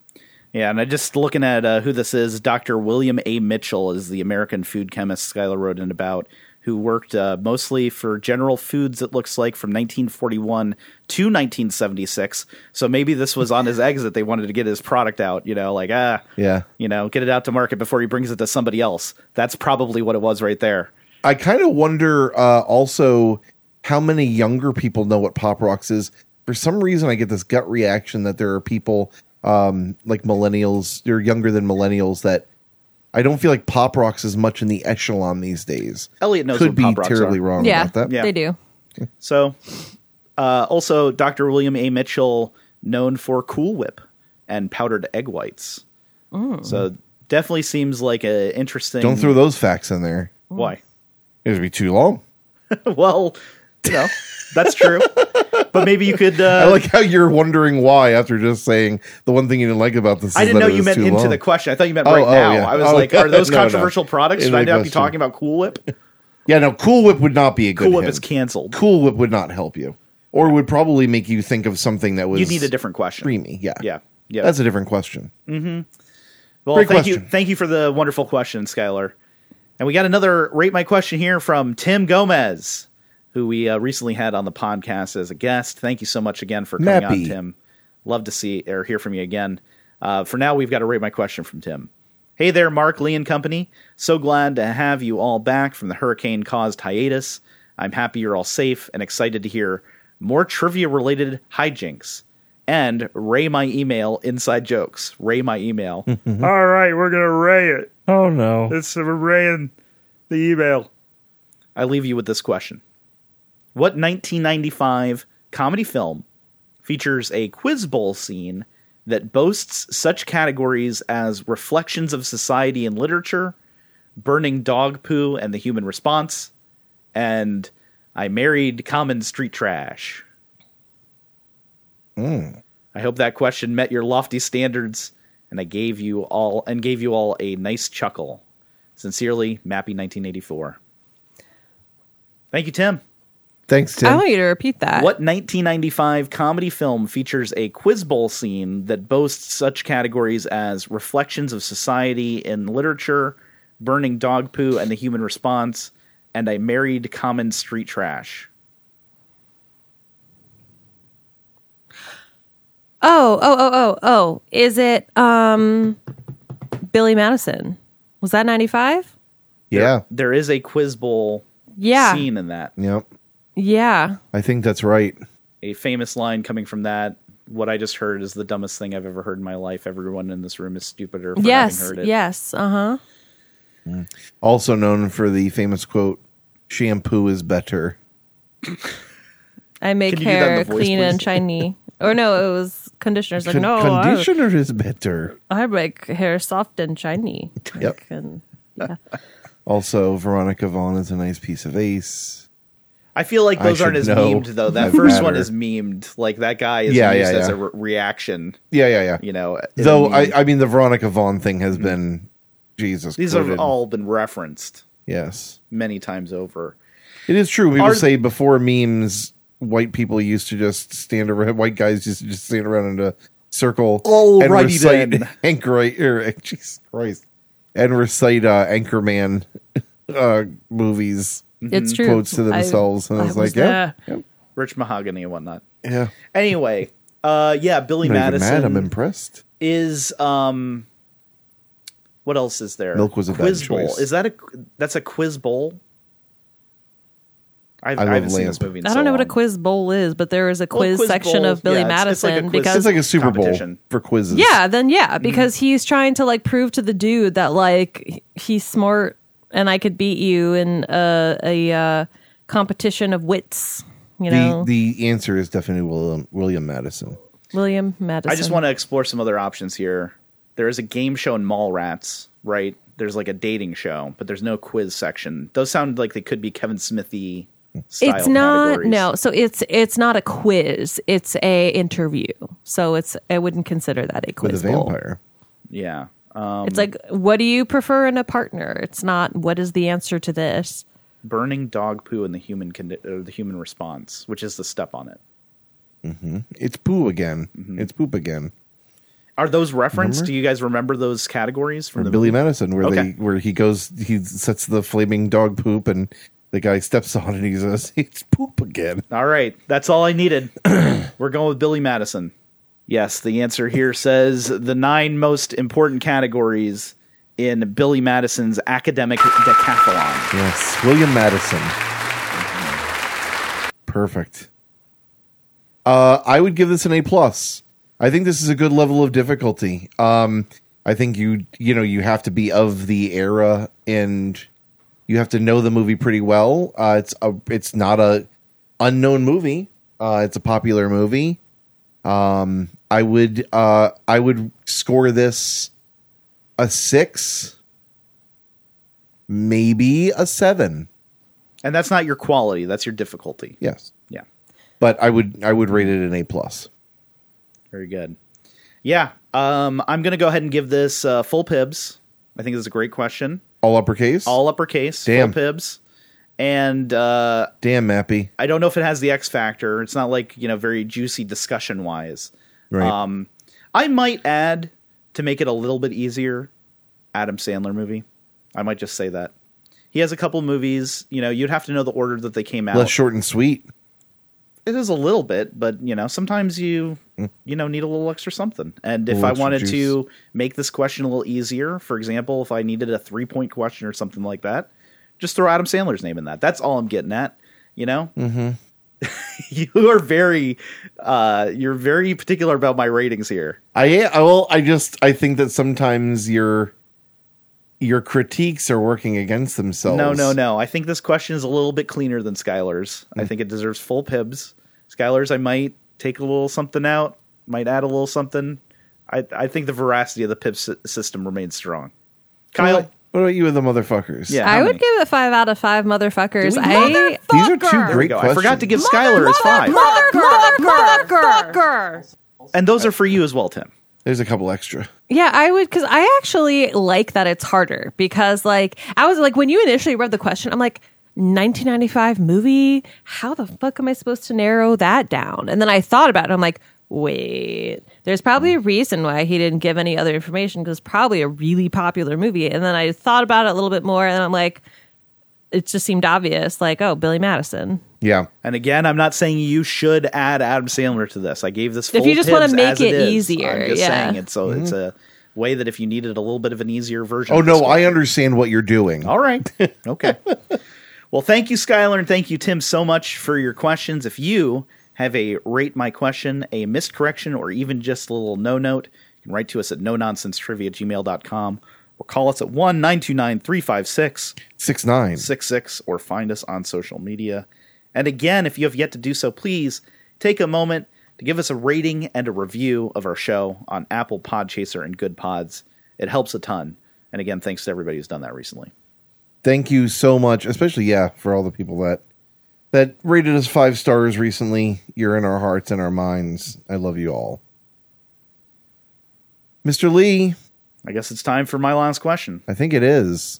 A: Yeah, and I just looking at uh, who this is. Dr. William A. Mitchell is the American food chemist Skylar wrote in about, who worked uh, mostly for General Foods. It looks like from 1941 to 1976. So maybe this was on his exit. They wanted to get his product out. You know, like ah,
B: Yeah.
A: you know, get it out to market before he brings it to somebody else. That's probably what it was right there.
B: I kind of wonder uh, also how many younger people know what Pop Rocks is. For some reason, I get this gut reaction that there are people um, like millennials, they're younger than millennials, that I don't feel like Pop Rocks is much in the echelon these days.
A: Elliot knows
B: Could
A: what
B: be
A: Pop Rocks
B: terribly
A: are.
B: wrong
C: Yeah,
B: about that.
A: Yeah.
C: they do.
A: So, uh, also Dr. William A. Mitchell, known for Cool Whip and powdered egg whites. So definitely seems like a interesting.
B: Don't throw those facts in there.
A: why.
B: It would be too long.
A: well, you know that's true, but maybe you could. Uh,
B: I
A: I,
B: like how you're wondering why after just saying the one thing you didn't like about this. Is
A: didn't
B: that
A: know
B: it
A: you
B: was
A: meant
B: too
A: into
B: long.
A: the question. I thought you meant
B: Oh,
A: right
B: oh,
A: now.
B: yeah.
A: I was
B: Oh,
A: like, are those
B: no, no.
A: controversial products? Should
B: Into
A: I
B: the
A: not be
B: question.
A: talking about Cool Whip?
B: Yeah, no. Cool Whip would not be a good.
A: Cool Whip
B: hint.
A: is canceled.
B: Cool Whip would not help you, or would probably make you think of something that was
A: You need a different question.
B: creamy. Yeah,
A: Yeah. Yeah.
B: That's a different question.
A: Well,
B: Great
A: thank you,
B: question.
A: thank you for the wonderful question, Skylar. And we got another rate my question here from Tim Gomez, who we uh, recently had on the podcast as a guest. Thank you so much again for coming on,
B: Mappy.
A: Tim. Love to see or hear from you again. Uh, for now, we've got to rate my question from Tim. Hey there, Mark Lee and company. So glad to have you all back from the hurricane caused hiatus. I'm happy you're all safe and excited to hear more trivia related hijinks. and ray my email inside jokes. Ray my email.
G: All right, we're gonna ray it.
B: Oh no.
G: It's we're raying the email.
A: I leave you with this question. What 1995 comedy film features a quiz bowl scene that boasts such categories as reflections of society and literature, burning dog poo and the human response, and I married common street trash? I hope that question met your lofty standards and I gave you all and gave you all a nice chuckle. Sincerely, Mappy 1984. Thank you, Tim.
B: Thanks,
C: I
B: Tim.
C: want you to repeat that.
A: What 1995 comedy film features a quiz bowl scene that boasts such categories as reflections of society in literature, burning dog poo and the human response, and I married common street trash?
C: Oh, oh, oh, oh, oh. Is it um Billy Madison? Was that 95?
B: yeah.
A: There is a quiz bowl
C: Yeah.
A: scene in that.
B: Yep.
C: Yeah.
B: I think that's right.
A: A famous line coming from that. What I just heard is the dumbest thing I've ever heard in my life. Everyone in this room is stupider for
C: yes.
A: having heard it.
C: Yes. Uh-huh.
B: Also known for the famous quote, shampoo is better.
C: I make
A: Can you do that in
C: hair
A: the voice,
C: clean and
A: please?
C: shiny. Or no, it was conditioners. Like,
B: Con-
C: no, I-
B: conditioner is better.
C: I, make hair soft and shiny.
B: Yep.
C: And,
A: Uh,
C: yeah.
A: mm-hmm.
B: Also, Veronica Vaughn is a nice piece of ace.
A: I feel like
B: I
A: those
B: should
A: aren't as
B: know.
A: memed though. That
B: I've
A: first
B: had
A: one
B: her.
A: is memed. Like that guy is
B: Yeah,
A: used
B: yeah,
A: as
B: yeah.
A: a re- reaction.
B: Yeah, yeah, yeah.
A: You know, in a
B: Though
A: meme.
B: I, I mean, the Veronica Vaughn thing has been Jesus.
A: these have
B: quoted.
A: all been referenced
B: yes.
A: many times over.
B: It is true. People
A: Are-
B: say before memes, white people used to just stand around. White guys used to just stand around in a circle and
A: Alrighty
B: recite
A: then.
B: anchor. Or, Jesus Christ, and recite uh, Anchorman uh, movies
C: It's true.
B: quotes to
C: Hmm. I-
B: themselves, and I was, like, yeah,
C: there.
A: Rich mahogany and whatnot.
B: yeah.
A: Anyway, uh, yeah, Billy
B: I'm not even mad.
A: Madison
B: I'm impressed.
A: is um, what else is there?
B: Milk was a bad
A: quiz bowl.
B: choice.
A: Is that a that's a quiz bowl? I've,
B: I
A: I
B: love
A: haven't seen this
B: Lamp.
A: movie. In
C: I
A: so
C: don't know what a
A: long.
C: quiz bowl is, but there is a
A: Well,
C: quiz,
A: quiz
C: section
A: bowl,
C: of Billy
A: yeah, it's- it's
C: Madison
A: like Mm-hmm. a quiz-
C: because
B: It's like a Super Bowl
A: Competition.
B: for quizzes.
C: Yeah, then yeah, because he's trying to like prove to the dude that like he- he's smart and I could beat you in a, a uh, competition of wits. You
B: The
C: know,
B: the answer is definitely William William Madison.
C: William Madison.
A: I just want to explore some other options here. There is a game show in Mallrats, right? There's like a dating show, but there's no quiz section. Those sound like they could be Kevin Smithy. Style
C: It's not
A: categories.
C: no. So it's it's not a quiz. It's a interview. So it's I wouldn't consider that a
B: With a
C: quiz bowl.
B: vampire.
A: Yeah. Uh,
C: It's like what do you prefer in a partner? It's not what is the answer to this.
A: burning dog poo and the human condi- or the human response, which is the step on it.
B: It's poo again.
A: Mm-hmm.
B: It's poop again.
A: Are those referenced? Do you guys remember those categories from the
B: Billy Madison, where
A: Okay.
B: they where he goes, he sets the flaming dog poop, and the guy steps on it. and He says, "It's poop again."
A: All right, that's all I needed. We're going with Billy Madison. Yes, the answer here says the nine most important categories in Billy Madison's academic decathlon.
B: Yes, William Madison. Perfect. Uh, I would give this an A plus. I think this is a good level of difficulty. Um, I think you you know you have to be of the era and you have to know the movie pretty well. Uh, it's a it's not a unknown movie. Uh, it's a popular movie. Um, I would uh, I would score this a six, maybe a seven.
A: And that's not your quality, that's your difficulty.
B: Yes,
A: Yeah.
B: but I would I would rate it an A plus.
A: Very good. Yeah, um, I'm going to go ahead and give this uh, full pibs. I think this is a great question.
B: All uppercase.
A: all uppercase,
B: Damn.
A: full pibs. And uh,
B: damn Mappy.
A: I don't know if it has the X factor. It's not like you know very juicy discussion wise.
B: Right.
A: Um, I might add to make it a little bit easier. Adam Sandler movie. I might just say that he has a couple movies. You know, you'd have to know the order that they came out.
B: Less short and sweet.
A: it is a little bit, but you know, sometimes you you know need a little extra something. And if
B: Hmm. Little
A: I
B: extra
A: wanted
B: juice.
A: to make this question a little easier, for example, if I needed a three point question or something like that, just throw Adam Sandler's name in that. That's all I'm getting at. You know, mm-hmm. you are very uh, you're very particular about my ratings here.
B: I I will I just I think that sometimes your your critiques are working against themselves.
A: No, no, no. I think this question is a little bit cleaner than Skylar's. I
B: Mm.
A: think it deserves full pibs. Skylar's, I might take a little something out, might add a little something. I, I think the veracity of the pib sy- system remains strong.
B: What
A: Kyle,
B: about, what about you and the motherfuckers?
A: Yeah.
C: I
A: how many?
C: would give it five out of five motherfuckers.
A: Do we-
C: I
B: These are two
C: Fucker.
A: there we
B: great
A: go.
B: questions.
A: I forgot to give Skylar his five,
C: mother, mother, motherfucker.
A: and those are for you as well, Tim.
B: There's a couple extra.
C: Yeah, I would because I actually like that it's harder because like I was like when you initially read the question, I'm like 1995 movie. How the fuck am I supposed to narrow that down? And then I thought about it. I'm like, wait, there's probably a reason why he didn't give any other information because probably a really popular movie. And then I thought about it a little bit more, and I'm like, it just seemed obvious. Like, oh, Billy Madison.
B: Yeah.
A: And again, I'm not saying you should add Adam Sandler to this. I gave this. Full
C: you just wanna
A: pibs
C: make
A: as it
C: it
A: is.
C: easier,
A: I'm just
C: yeah.
A: saying it. So it's a way that if you needed a little bit of an easier version.
B: Mm-hmm. Oh
A: of
B: no,
A: this
B: I understand what you're doing.
A: All right. Okay. well, thank you, Skylar, and thank you, Tim, so much for your questions. If you have a rate my question, a miscorrection, or even just a little no note, you can write to us at no nonsense trivia gmail.com or call us at 1 929 356
B: Six nine.
A: 66 or find us on social media. And again, if you have yet to do so, please take a moment to give us a rating and a review of our show on Apple Podchaser and Good Pods. It helps a ton. And again, thanks to everybody who's done that recently.
B: Thank you so much, especially yeah, for all the people that that rated us five stars recently. You're in our hearts and our minds. I love you all. Mr. Lee,
A: I guess it's time for my last question.
B: I think it is.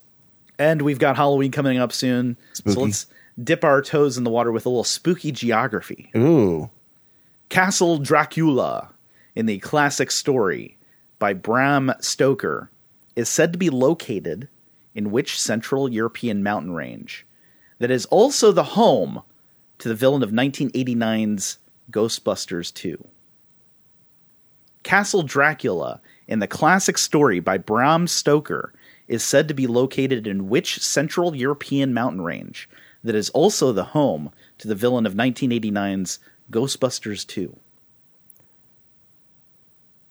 A: And we've got Halloween coming up soon.
B: Spooky.
A: So let's dip our toes in the water with a little spooky geography.
B: Ooh.
A: Castle Dracula in the classic story by Bram Stoker is said to be located in which central European mountain range that is also the home to the villain of 1989's Ghostbusters 2. Castle Dracula in the classic story by Bram Stoker is said to be located in which central European mountain range that is also the home to the villain of 1989's Ghostbusters 2?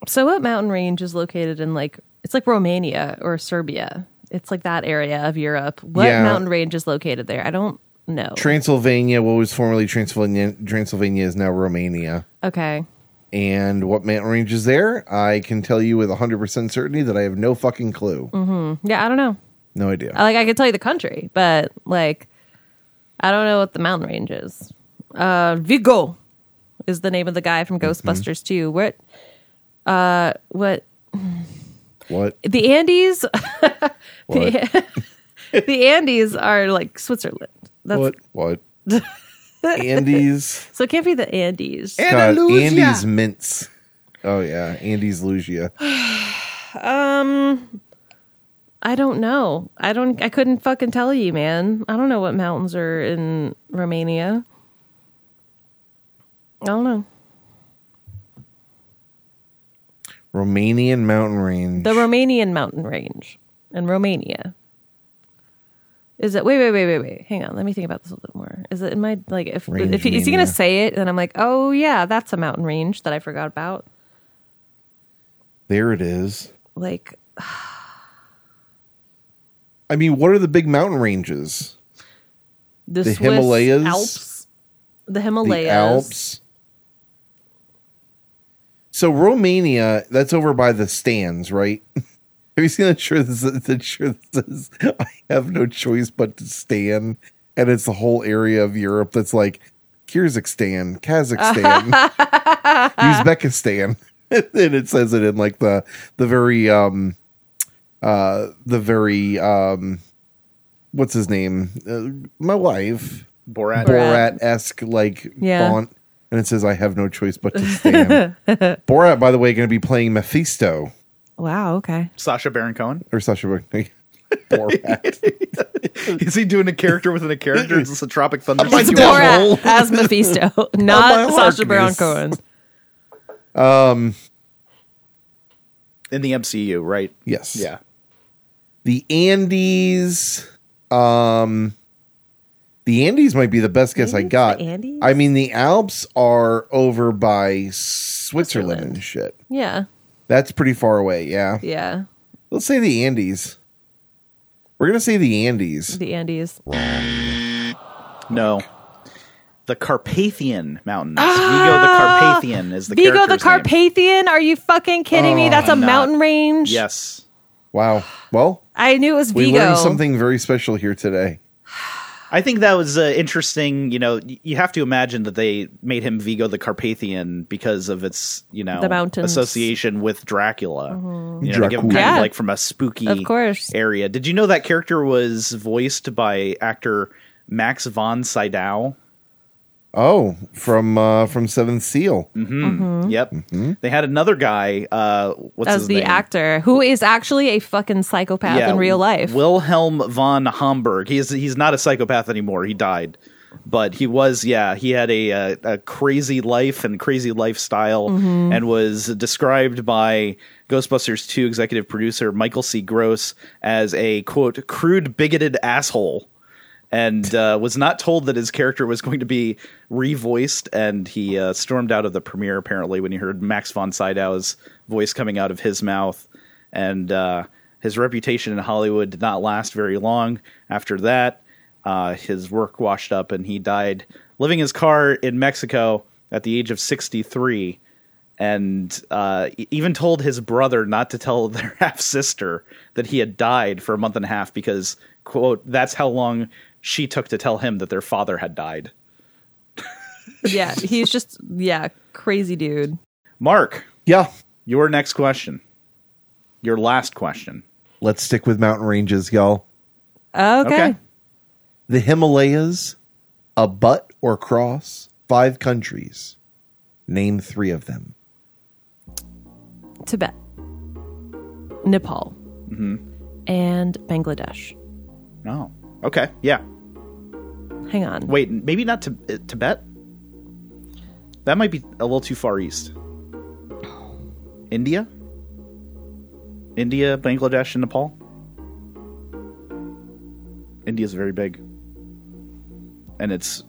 C: So what mountain range is located in like it's like Romania or Serbia? It's like that area of Europe. What
B: Yeah.
C: mountain range is located there? I don't know.
B: Transylvania, what was formerly Transylvania Transylvania is now Romania.
C: okay.
B: And what mountain range is there? I can tell you with 100% certainty that I have no fucking clue.
C: Yeah, I don't know.
B: No idea.
C: Like I could tell you the country, but like I don't know what the mountain range is. Uh Vigo is the name of the guy from
B: Mm-hmm.
C: Ghostbusters 2. What uh what
B: what?
C: the Andes
B: What?
C: the Andes are like Switzerland. That's
B: What? What? Andy's
C: so it can't be the Andes.
B: God, Andy's mints. Oh yeah, Andy's Lugia.
C: I don't know. I don't. I couldn't fucking tell you, man. I don't know what mountains are in Romania. I don't know.
B: Romanian mountain range.
C: The Romanian mountain range in Romania. Is it? Wait, wait, wait, wait, wait. Hang on. Let me think about this a little bit more. Is it in my like? If
B: Range
C: if he, is he
B: mania.
C: gonna say it? Then I'm like, oh yeah, that's a mountain range that I forgot about.
B: there it is.
C: Like,
B: I mean, what are the big mountain ranges?
C: the,
B: The
C: Swiss
B: Himalayas?
C: Alps, the
B: The
C: Himalayas,
B: Alps. So Romania, that's over by the stands, right? Have you seen that shirt that that shirt that says I have no choice but to stand? And it's the whole area of Europe that's like Kyrgyzstan, Kazakhstan, Uzbekistan. and it says it in like the the very um uh the very um what's his name? Uh, my wife.
A: Borat.
B: Borat esque like
C: Yeah.
B: font, and it says, "I have no choice but to stand." Borat, by the way, going to be playing Mephisto
C: Wow. Okay.
A: Sasha Baron Cohen.
B: or Sasha Baron- Borat.
C: Mm.
A: Is he doing a character within a character? Is this a Tropic Thunder?
B: I'm like,
A: situation?
B: "Damn."
C: Borat as Mephisto, not
B: my
C: Sasha Baron
B: Harkness.
C: Cohen.
A: in the MCU, right?
B: yes,
A: Yeah.
B: The Andes. Um, The Andes might be the best guess
C: Maybe
B: I
C: it's
B: got.
C: the Andes?
B: I mean, the Alps are over by Switzerland and shit.
C: Yeah.
B: That's pretty far away. Yeah.
C: Yeah.
B: Let's say the Andes. We're gonna say the Andes.
C: The Andes.
A: No. The Carpathian Mountains. Vigo the Carpathian is the
C: Ah! Vigo the
A: character's name. Oh,
C: Carpathian? Are you fucking kidding me? That's a
A: not-
C: mountain range.
A: Yes.
B: Wow. Well,
C: I knew it was
B: we
C: Vigo.
B: learned something very special here today.
A: I think that was uh, interesting. You know, y- you have to imagine that they made him Vigo the Carpathian because of its, you know,
C: The mountains. Mm-hmm.
A: association with Dracula. You know, to give him kind
B: Dracula.
C: Yeah.
A: of like from a spooky
C: Of course.
A: area. Did you know that character was voiced by actor Max von Sydow?
B: Oh, from uh from Seventh Seal.
A: Yep. They had another guy. Uh, what's
C: as
A: his
C: Mm-hmm. the
A: name?
C: actor who is actually a fucking psychopath in real life.
A: Wilhelm von Homburg. He's he's not a psychopath anymore. He died, but he was. Yeah, he had a a, a crazy life and crazy lifestyle,
C: Mm-hmm.
A: and was described by Ghostbusters two executive producer Michael C. Gross as a quote crude bigoted asshole. And uh, was not told that his character was going to be revoiced, and he uh, stormed out of the premiere apparently when he heard Max von Sydow's voice coming out of his mouth and uh, his reputation in Hollywood did not last very long after that. Uh, his work washed up, and he died living his car in Mexico at the age of 63. And uh, e- even told his brother not to tell their half sister that he had died for a month and a half because, quote, that's how long she took to tell him that their father had died.
C: yeah, he's just yeah, crazy dude.
A: Mark,
B: Yeah.
A: your next question. Your last question.
B: Let's stick with mountain ranges, y'all.
C: Okay.
B: The Himalayas, a butt or cross, five countries. Name three of them.
C: Tibet, Nepal,
A: Mm-hmm.
C: and Bangladesh.
A: Oh, okay. Yeah.
C: Hang on.
A: Wait, maybe not to, uh, Tibet. That might be a little too far east. India, India, Bangladesh, and Nepal. India's very big, and it's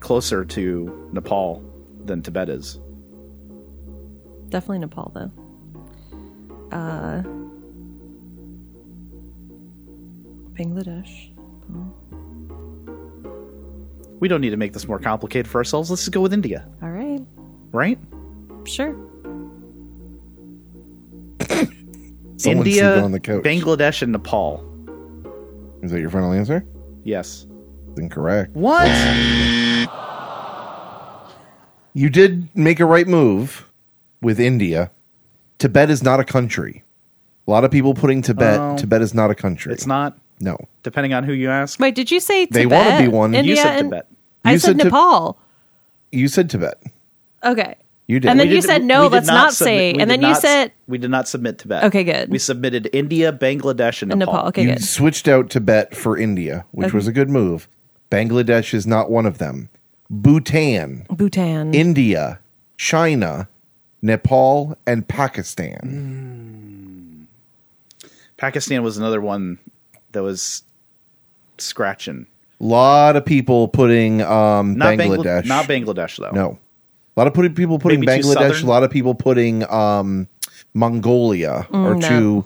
A: closer to Nepal than Tibet is.
C: Definitely Nepal though. Uh Bangladesh.
A: We don't need to make this more complicated for ourselves. Let's just go with India,
C: All right.
A: right?
C: Sure.
B: Someone's
A: India,
B: sleeping on the couch.
A: Bangladesh, and Nepal.
B: Is that your final answer?
A: Yes.
B: It's incorrect.
A: What?
B: You did make a right move with India. Tibet is not a country. A lot of people putting Tibet.
A: Oh.
B: Tibet is not a country.
A: It's not.
B: No.
A: Depending on who you ask.
C: Wait, did you say
B: They
C: Tibet?
B: wanna be one. You
C: India
A: you said
C: and-
A: Tibet.
C: I
B: You
C: said
B: said Tib-
C: Nepal.
B: You said Tibet.
C: Okay.
B: You did.
C: And then
B: We
C: you
A: did-
C: said
A: we
C: no,
A: did
C: let's not,
A: submit-
C: say.
A: we
C: and
A: did
C: then you
A: not s-
C: said
A: we did not submit Tibet.
C: Okay, good.
A: We submitted India, Bangladesh, and
C: and
A: Nepal.
C: Nepal. Okay,
B: you
C: good.
B: switched out Tibet for India, which was a good move. Bangladesh is not one of them. Bhutan,
C: Bhutan.
B: India, China, Nepal, and Pakistan.
A: Pakistan was another one that was scratching.
B: A lot of people putting um,
A: Not Bangla-
B: Bangladesh.
A: not Bangladesh though.
B: No. A lot of put- people putting
A: Maybe too
B: Bangladesh,
A: southern?
B: a lot of people putting um, Mongolia are
C: no.
B: two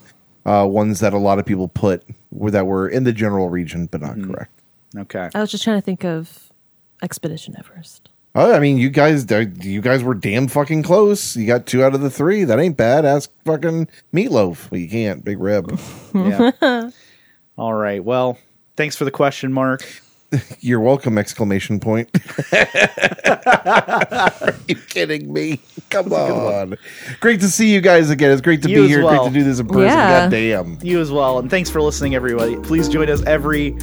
B: uh, ones that a lot of people put were, that were in the general region, but
A: Mm.
B: not correct.
A: Okay.
C: I was just trying to think of Expedition Everest.
B: Oh, I mean, you guys, you guys were damn fucking close. You got two out of the three. That ain't bad. Ask fucking meatloaf. Well, you can't. Big rib.
A: Yeah. All right. Well, thanks for the question, Mark.
B: You're welcome! Exclamation point. Are you kidding me? Come on. Great to see you guys again. It's great to
A: You
B: be
A: as
B: here.
A: well.
B: Great to do this in person.
C: Yeah.
B: Goddamn.
A: You as well, and thanks for listening, everybody. Please join us every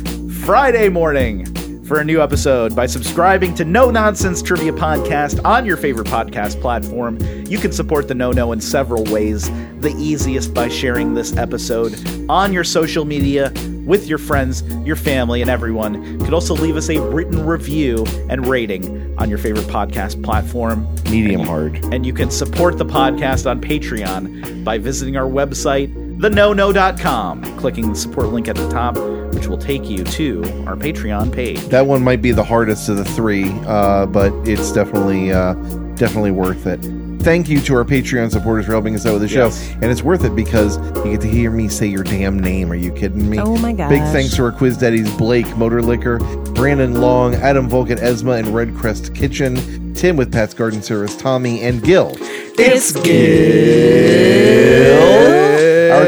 A: Friday morning for a new episode by subscribing to No Nonsense Trivia Podcast on your favorite podcast platform. You can support the No No in several ways. The easiest by sharing this episode on your social media with your friends, your family, and everyone. You can also leave us a written review and rating on your favorite podcast platform.
B: Medium hard.
A: And you can support the podcast on Patreon by visiting our website, thenono.com, clicking the support link at the top, which will take you to our Patreon page.
B: That one might be the hardest of the three, uh, but it's definitely uh, definitely worth it. Thank you to our Patreon supporters for helping us out with the show,
G: Yes.
B: and it's worth it because you get to hear me say your damn name. Are you kidding me?
C: Oh my gosh.
B: Big thanks to our quiz daddies Blake, Motor Liquor, Brandon Long, Adam Volk at Esma and Red Crest Kitchen, Tim with Pat's Garden Service, Tommy, and Gil.
A: It's
B: Our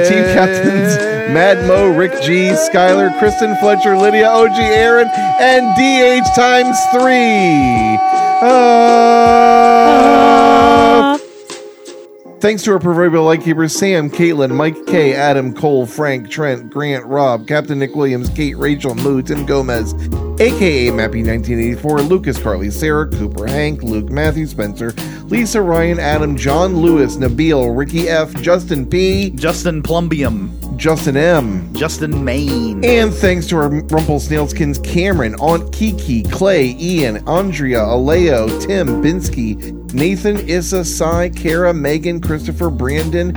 B: team captains Mad Mo, Rick G, Skylar, Kristen Fletcher, Lydia, OG, Aaron, and DH times three. Uh, Thanks to our proverbial lightkeepers Sam, Caitlin, Mike K, Adam, Cole, Frank, Trent, Grant, Rob, Captain Nick Williams, Kate, Rachel, Moo, Tim Gomez, aka Mappy1984, Lucas, Carly, Sarah, Cooper, Hank, Luke, Matthew, Spencer, Lisa, Ryan, Adam, John, Lewis, Nabil, Ricky F, Justin P,
A: Justin Plumbium,
B: Justin M.
A: Justin Maine.
B: And thanks to our Rumpelsnailskins Cameron, Aunt Kiki, Clay, Ian, Andrea, Aleo, Tim, Binsky, Nathan, Issa, Cy, Kara, Megan, Christopher, Brandon,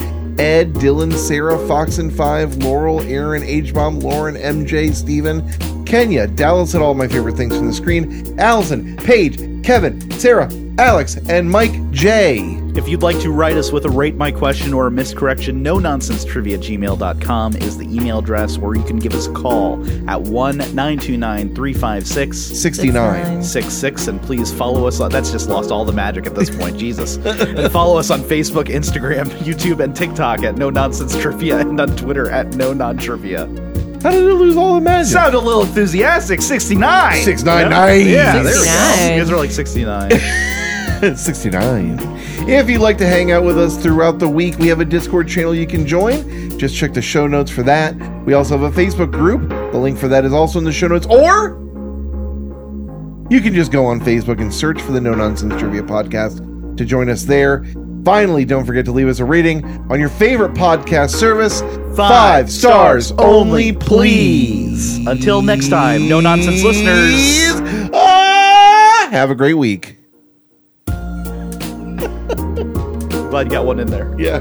B: Ed, Dylan, Sarah, Fox and Five, Laurel, Aaron, H Bomb, Lauren, MJ, Steven, Kenya, Dallas, and all my favorite things from the screen, Allison, Paige, Kevin, Sarah, Alex, and Mike J.
A: If you'd like to write us with a rate my question or a miscorrection, no nonsense trivia gmail.com is the email address, or you can give us a call at 1 929 356
B: 69.
A: six six and please follow us on that's just lost all the magic at this point jesus and follow us on facebook instagram youtube and tiktok at no nonsense trivia and on twitter at no non trivia
B: How did it lose all the magic?
A: sound a little enthusiastic 69
B: 69.
A: yeah there we go
C: 69.
A: you guys are like 69
B: 69. If you'd like to hang out with us throughout the week, we have a Discord channel you can join. Just check the show notes for that. We also have a Facebook group. The link for that is also in the show notes. Or you can just go on Facebook and search for the No Nonsense Trivia Podcast to join us there. Finally, don't forget to leave us a rating on your favorite podcast service. Five, stars, only, please.
A: until next time no nonsense listeners
B: Please. Ah, have a great week.
A: glad you got one in there
B: Yeah.